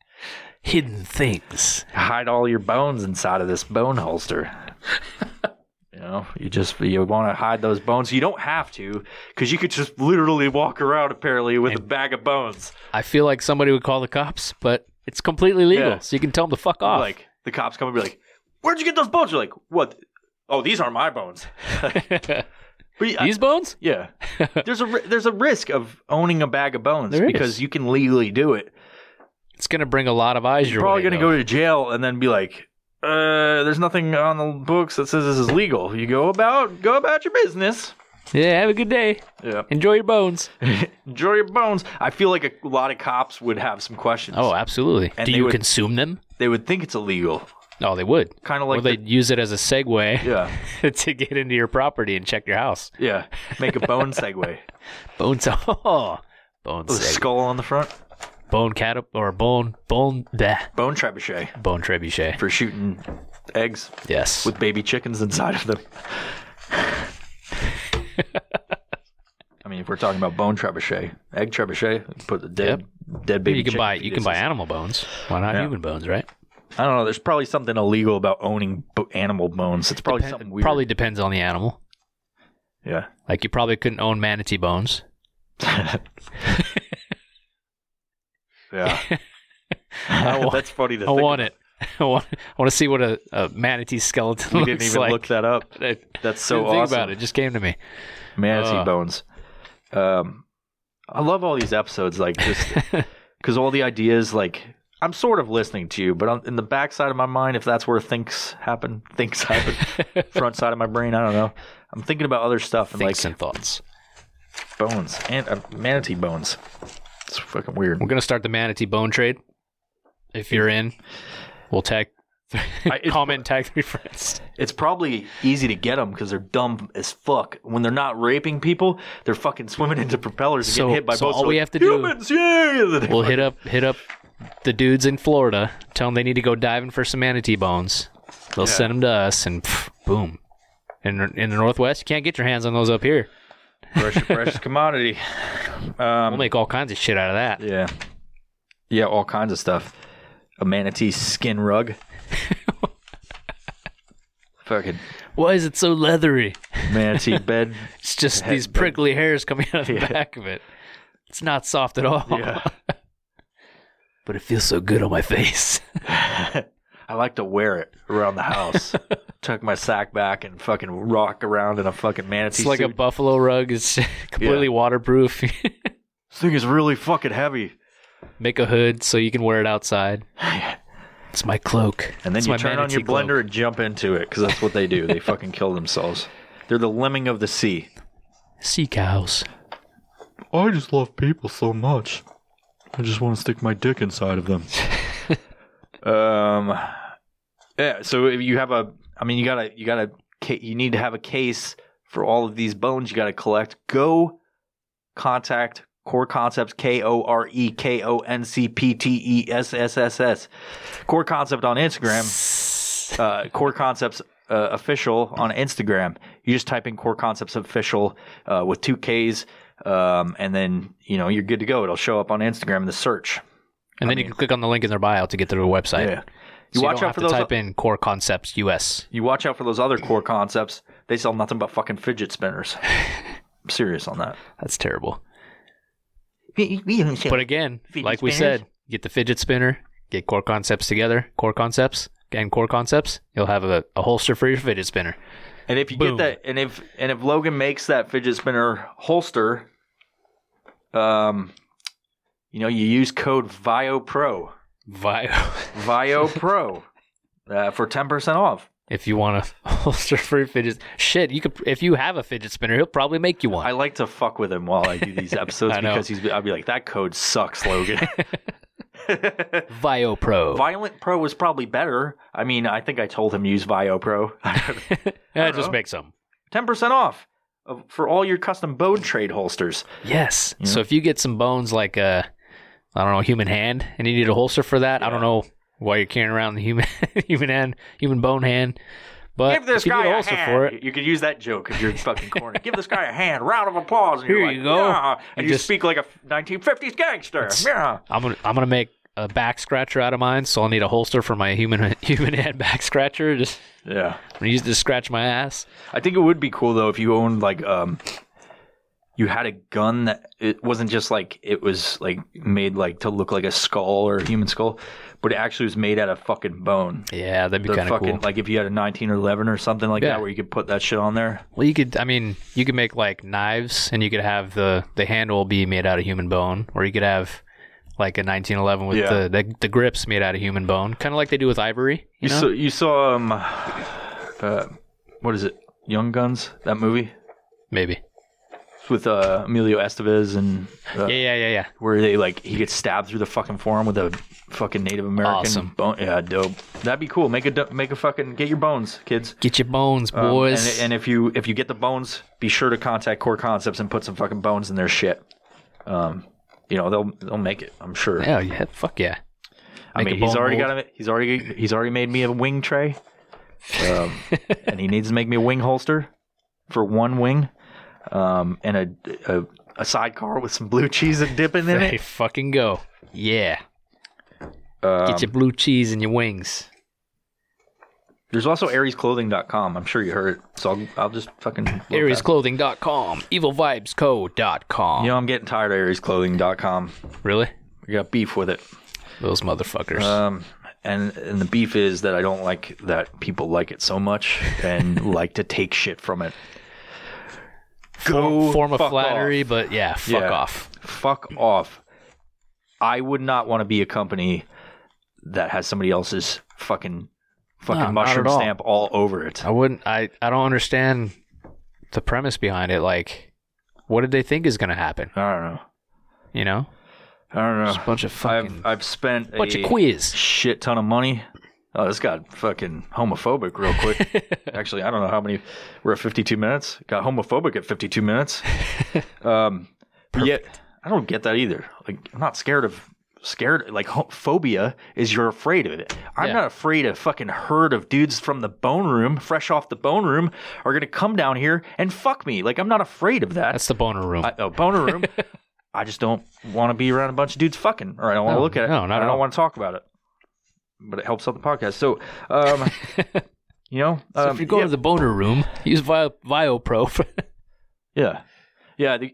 C: Hidden things.
B: hide all your bones inside of this bone holster. you know, you just you want to hide those bones. You don't have to, because you could just literally walk around apparently with a bag of bones.
C: I feel like somebody would call the cops, but it's completely legal,
B: Yeah.
C: so you can tell them to fuck off.
B: Like the cops come and be like, "Where'd you get those bones?" You're like, "What? Oh, these aren't my bones." But yeah,
C: These bones?
B: yeah, there's a ri- there's a risk of owning a bag of bones
C: There is.
B: because you can legally do it.
C: It's gonna bring a lot of eyes
B: You're
C: your
B: probably
C: way.
B: going to go to jail and then be like, uh, there's nothing on the books that says this is legal. You go about go about your business.
C: go. Yeah, have a good day.
B: Yeah.
C: Enjoy your bones.
B: Enjoy your bones. I feel like a lot of cops would have some questions.
C: Oh, absolutely.
B: And
C: Do
B: they
C: you
B: would-
C: consume them?
B: they would think it's illegal.
C: No, they would.
B: Kind of like
C: or they'd use it as a segue
B: the- yeah,
C: to get into your property and check your house.
B: yeah. Make a bone segue.
C: Bone saw. Oh, bone
B: With a
C: seg-
B: skull on the front.
C: bone cat or bone bone bleh,
B: Bone trebuchet
C: bone trebuchet.
B: for shooting eggs
C: Yes.
B: with baby chickens inside of them. I mean, if we're talking about bone trebuchet, egg trebuchet, put the dead dead baby.
C: you can
B: chicken
C: buy you can buy
B: fetuses.
C: animal bones. Why not
B: Yeah.
C: human bones, right?
B: I don't know. There's probably something illegal about owning bo- animal bones. It's probably something weird.
C: Probably depends on the animal.
B: yeah.
C: Like you probably couldn't own manatee bones.
B: Yeah.
C: I wa-
B: That's funny to
C: I
B: think
C: want it. I want, I want to see what a, a manatee skeleton
B: We
C: looks
B: didn't even
C: like.
B: look that up.
C: I
B: That's so
C: didn't think
B: awesome.
C: about it. It Just came to me.
B: Manatee
C: Ugh.
B: bones. Um, I love all these episodes, like just because all the ideas, like I'm sort of listening to you, but on, in the back side of my mind, if that's where things happen, things happen. front side of my brain, I don't know. I'm thinking about other stuff and
C: Thinks
B: like
C: and thoughts.
B: bones and uh, manatee bones. It's fucking weird.
C: We're gonna start the manatee bone trade. If you're in, we'll tag.
B: it's-
C: comment tag three friends.
B: It's probably easy to get them because they're dumb as fuck. When they're not raping people, they're fucking swimming into propellers and
C: So-
B: getting hit by
C: so
B: boats.
C: all
B: They're
C: we
B: like,
C: have to do-
B: humans, yeah.
C: We'll hit up hit up the dudes in Florida. Tell them they need to go diving for some manatee bones. They'll 'em send them to us, and pff, boom. In in the Northwest, you can't get your hands on those up here.
B: precious, precious commodity.
C: We'll make all kinds of shit out of that.
B: Yeah. Yeah, all kinds of stuff. A manatee skin rug. Fucking
C: Why is it so leathery?
B: manatee bed.
C: It's just these prickly hairs coming out of the back of it. It's not soft at all. But it feels so good on my face.
B: I like to wear it around the house. Tuck my sack back and fucking rock around in a fucking manatee
C: It's like a
B: suit.
C: buffalo rug. It's completely waterproof.
B: this thing is really fucking heavy.
C: Make a hood so you can wear it outside. It's my cloak.
B: And then
C: It's
B: you
C: my
B: turn on
C: manatee
B: your
C: cloak.
B: blender and jump into it because that's what they do. They fucking kill themselves. They're the lemming of the sea.
C: Sea cows.
A: I just love people so much. I just want to stick my dick inside of them.
B: Um, yeah. So if you have a, I mean, you gotta, you gotta, ca- you need to have a case for all of these bones you gotta collect. Go contact Core Concepts K O R E K O N C P T E S S S S Core Concept on Instagram. Uh, Core Concepts. Uh, official on Instagram. You just type in Core Concepts official uh, with two K's, um, and then you know you're good to go. It'll show up on Instagram in the search.
C: And then you can click on the link in their bio to get to their website.
B: Yeah,
C: So
B: you watch
C: don't
B: out
C: have
B: for
C: to
B: those
C: type in Core Concepts US.
B: You watch out for those other core concepts. They sell nothing but fucking fidget spinners. I'm serious on that.
C: That's terrible. But
B: But
C: again,
B: Fidget
C: like we
B: spinners?
C: said, get the fidget spinner, get core concepts together, core concepts, and core concepts. You'll have a, a holster for your fidget spinner.
B: and if you
C: boom.
B: get that, and if and if Logan makes that fidget spinner holster, um, you know, you use code VIOPRO,
C: Vio.
B: VIOPRO, uh, for ten percent off.
C: If you want to holster free fidget, shit, you could. If you have a fidget spinner, he'll probably make you one.
B: I like to fuck with him while I do these episodes
C: I know.
B: because he's. I'll be like, that code sucks, Logan.
C: Vio Pro.
B: Violent Pro is probably better. I mean, I think I told him use Vio Pro.
C: yeah,
B: know.
C: just make some.
B: Ten percent off of- for all your custom bone trade holsters.
C: Yes.
B: Yeah.
C: So if you get some bones like uh I don't know, human hand, and you need a holster for that, I don't know why you're carrying around the human human hand, human bone hand. But
B: Give this
C: if you
B: guy
C: need a
B: a
C: holster
B: hand.
C: for it,
B: You could use that joke if you're fucking corny. Give this guy a hand. Round of applause. And
C: Here
B: you're
C: you
B: like,
C: go.
B: "Yeah,"
C: And
B: And you
C: just-
B: speak like a 1950s gangster.
C: It's-
B: Yeah.
C: I'm gonna I'm gonna make a back scratcher out of mine, so I'll need a holster for my human human hand back scratcher. Just
B: Yeah.
C: I'm gonna use it to scratch my ass.
B: I think it would be cool though if you owned like um you had a gun that it wasn't just like it was like made like to look like a skull or a human skull, but it actually was made out of fucking bone.
C: Yeah, that'd be
B: The
C: kind of
B: fucking
C: cool.
B: like if you had a 19 or 11 or something like
C: Yeah.
B: that where you could put that shit on there.
C: well, you could I mean you could make like knives, and you could have the the handle be made out of human bone, or you could have like a 1911 with
B: Yeah.
C: the, the the grips made out of human bone, kind of like they do with ivory.
B: You,
C: You know?
B: saw you saw um uh, what is it? Young Guns, that movie
C: Maybe.
B: It's with uh, Emilio Estevez and uh,
C: Yeah, yeah, yeah, yeah.
B: where they like he gets stabbed through the fucking forearm with a fucking Native American
C: Awesome.
B: bone. Yeah, dope. That'd be cool. Make a do- make a fucking get your bones, kids.
C: Get your bones,
B: Um,
C: boys.
B: and, and if you if you get the bones, be sure to contact Core Concepts and put some fucking bones in their shit. Um, you know they'll they'll make it. I'm sure.
C: Hell yeah, fuck yeah.
B: I
C: Make
B: mean,
C: a
B: he's
C: bone
B: already
C: mold.
B: got a, he's already he's already made me a wing tray, um, and he needs to make me a wing holster for one wing, um, and a, a a sidecar with some blue cheese and dipping in
C: Hey,
B: it.
C: fucking go. Yeah.
B: Um,
C: Get your blue cheese and your wings.
B: There's also ariesclothing.com. I'm sure you heard it. So I'll, I'll just fucking. look at it.
C: AriesClothing.com, evilvibesco.com.
B: You know, I'm getting tired of ariesclothing.com.
C: Really?
B: We got beef with it.
C: Those motherfuckers.
B: Um, and, and the beef is that I don't like that people like it so much and like to take shit from it. Go
C: Form of
B: fuck
C: flattery, but yeah, fuck
B: Yeah.
C: off.
B: off. Fuck off. I would not want to be a company that has somebody else's fucking fucking
C: No, not
B: mushroom
C: at all.
B: stamp all over it.
C: I wouldn't I I don't understand the premise behind it like what did they think is going to happen,
B: I don't know.
C: you know?
B: I don't know.
C: Just a bunch of fucking
B: I've I've spent
C: bunch
B: a
C: of quiz.
B: shit ton of money. Oh, this got fucking homophobic real quick. Actually, I don't know how many. We're at 52 minutes. Got homophobic at 52 minutes. Um, but yet, I don't get that either. Like, I'm not scared of scared. Like, ho- phobia is you're afraid of it. I'm
C: Yeah.
B: not afraid of fucking herd of dudes from the bone room, fresh off the bone room, are gonna come down here and fuck me. Like, I'm not afraid of that.
C: That's the boner room.
B: I, oh, boner room. I just don't want to be around a bunch of dudes fucking, or I don't want to
C: No,
B: look at it.
C: no, not
B: I
C: at
B: don't
C: all.
B: want to talk about it. But it helps out the podcast. So, um, you know,
C: so
B: um,
C: if you go
B: yeah,
C: to the boner room, use Vio, Viopro. for-
B: yeah, yeah. The,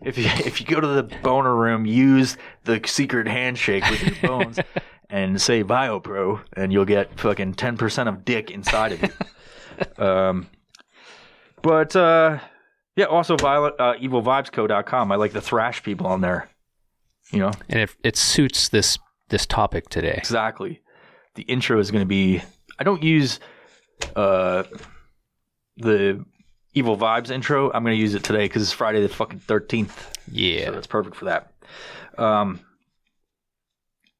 B: if you if you go to the boner room, use the secret handshake with your bones and say "Biopro," and you'll get fucking ten percent of dick inside of you. um, but uh, yeah, also violent uh, evilvibesco.com. I like the thrash people on there. You know,
C: and it, it suits this this topic today.
B: Exactly. The intro is going to be. I don't use uh, the Evil Vibes intro. I'm going to use it today because it's Friday the fucking 13th. So
C: Yeah.
B: that's perfect for that. Um,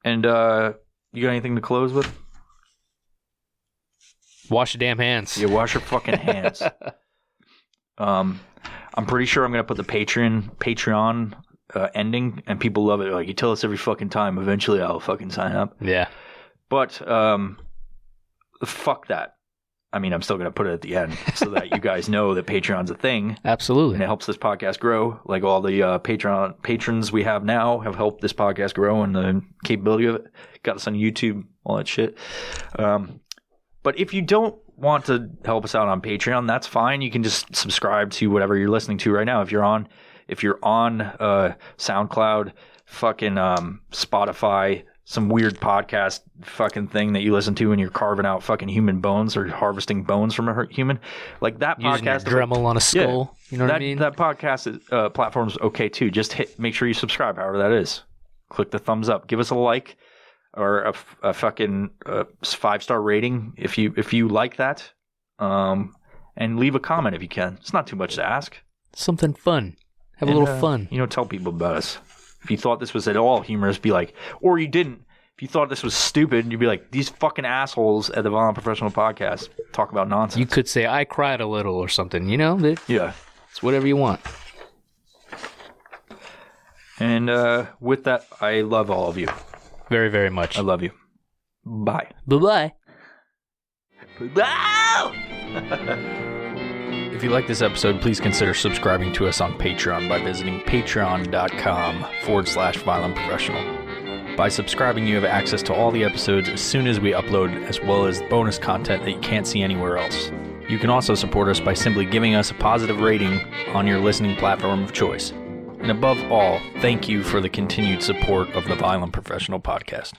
B: and uh, you got anything to close with?
C: Wash your damn hands.
B: You wash your fucking hands. um, I'm pretty sure I'm gonna put the Patreon Patreon uh, ending, and people love it. They're Like you tell us every fucking time. Eventually, I'll fucking sign up.
C: Yeah.
B: But um, fuck that. I mean, I'm still going to put it at the end so that you guys know that Patreon's a thing and
C: Absolutely.
B: it helps this podcast grow. Like all the uh, Patreon patrons we have now have helped this podcast grow and the capability of it. Got us on YouTube, all that shit. Um, but if you don't want to help us out on Patreon, that's fine. You can just subscribe to whatever you're listening to right now. If you're on, if you're on uh, SoundCloud, fucking um, Spotify, some weird podcast fucking thing that you listen to and you're carving out fucking human bones or harvesting bones from a hu- human, like that
C: Using your
B: podcast
C: Dremel on a skull. You know
B: that,
C: what I mean?
B: That podcast is, uh, platform's okay too. Just hit, make sure you subscribe, however that is. Click the thumbs up, give us a like or a, f- a fucking uh, five star rating if you if you like that. um, and leave a comment if you can. It's not too much to ask.
C: Something fun. Have a
B: And,
C: little
B: uh,
C: fun.
B: You know, tell people about us. If you thought this was at all humorous, be like, or you didn't. If you thought this was stupid, you'd be like, these fucking assholes at the Violent Professional Podcast talk about nonsense.
C: You could say I cried a little or something. You know, It-
B: yeah.
C: it's whatever you want.
B: And uh, with that, I love all of you.
C: Very, very much.
B: I love you. Bye.
C: Bye bye.
B: If you like this episode, please consider subscribing to us on Patreon by visiting patreon.com forward slash violent professional. By subscribing, you have access to all the episodes as soon as we upload, as well as bonus content that you can't see anywhere else. You can also support us by simply giving us a positive rating on your listening platform of choice. And above all, thank you for the continued support of the Violent Professional Podcast.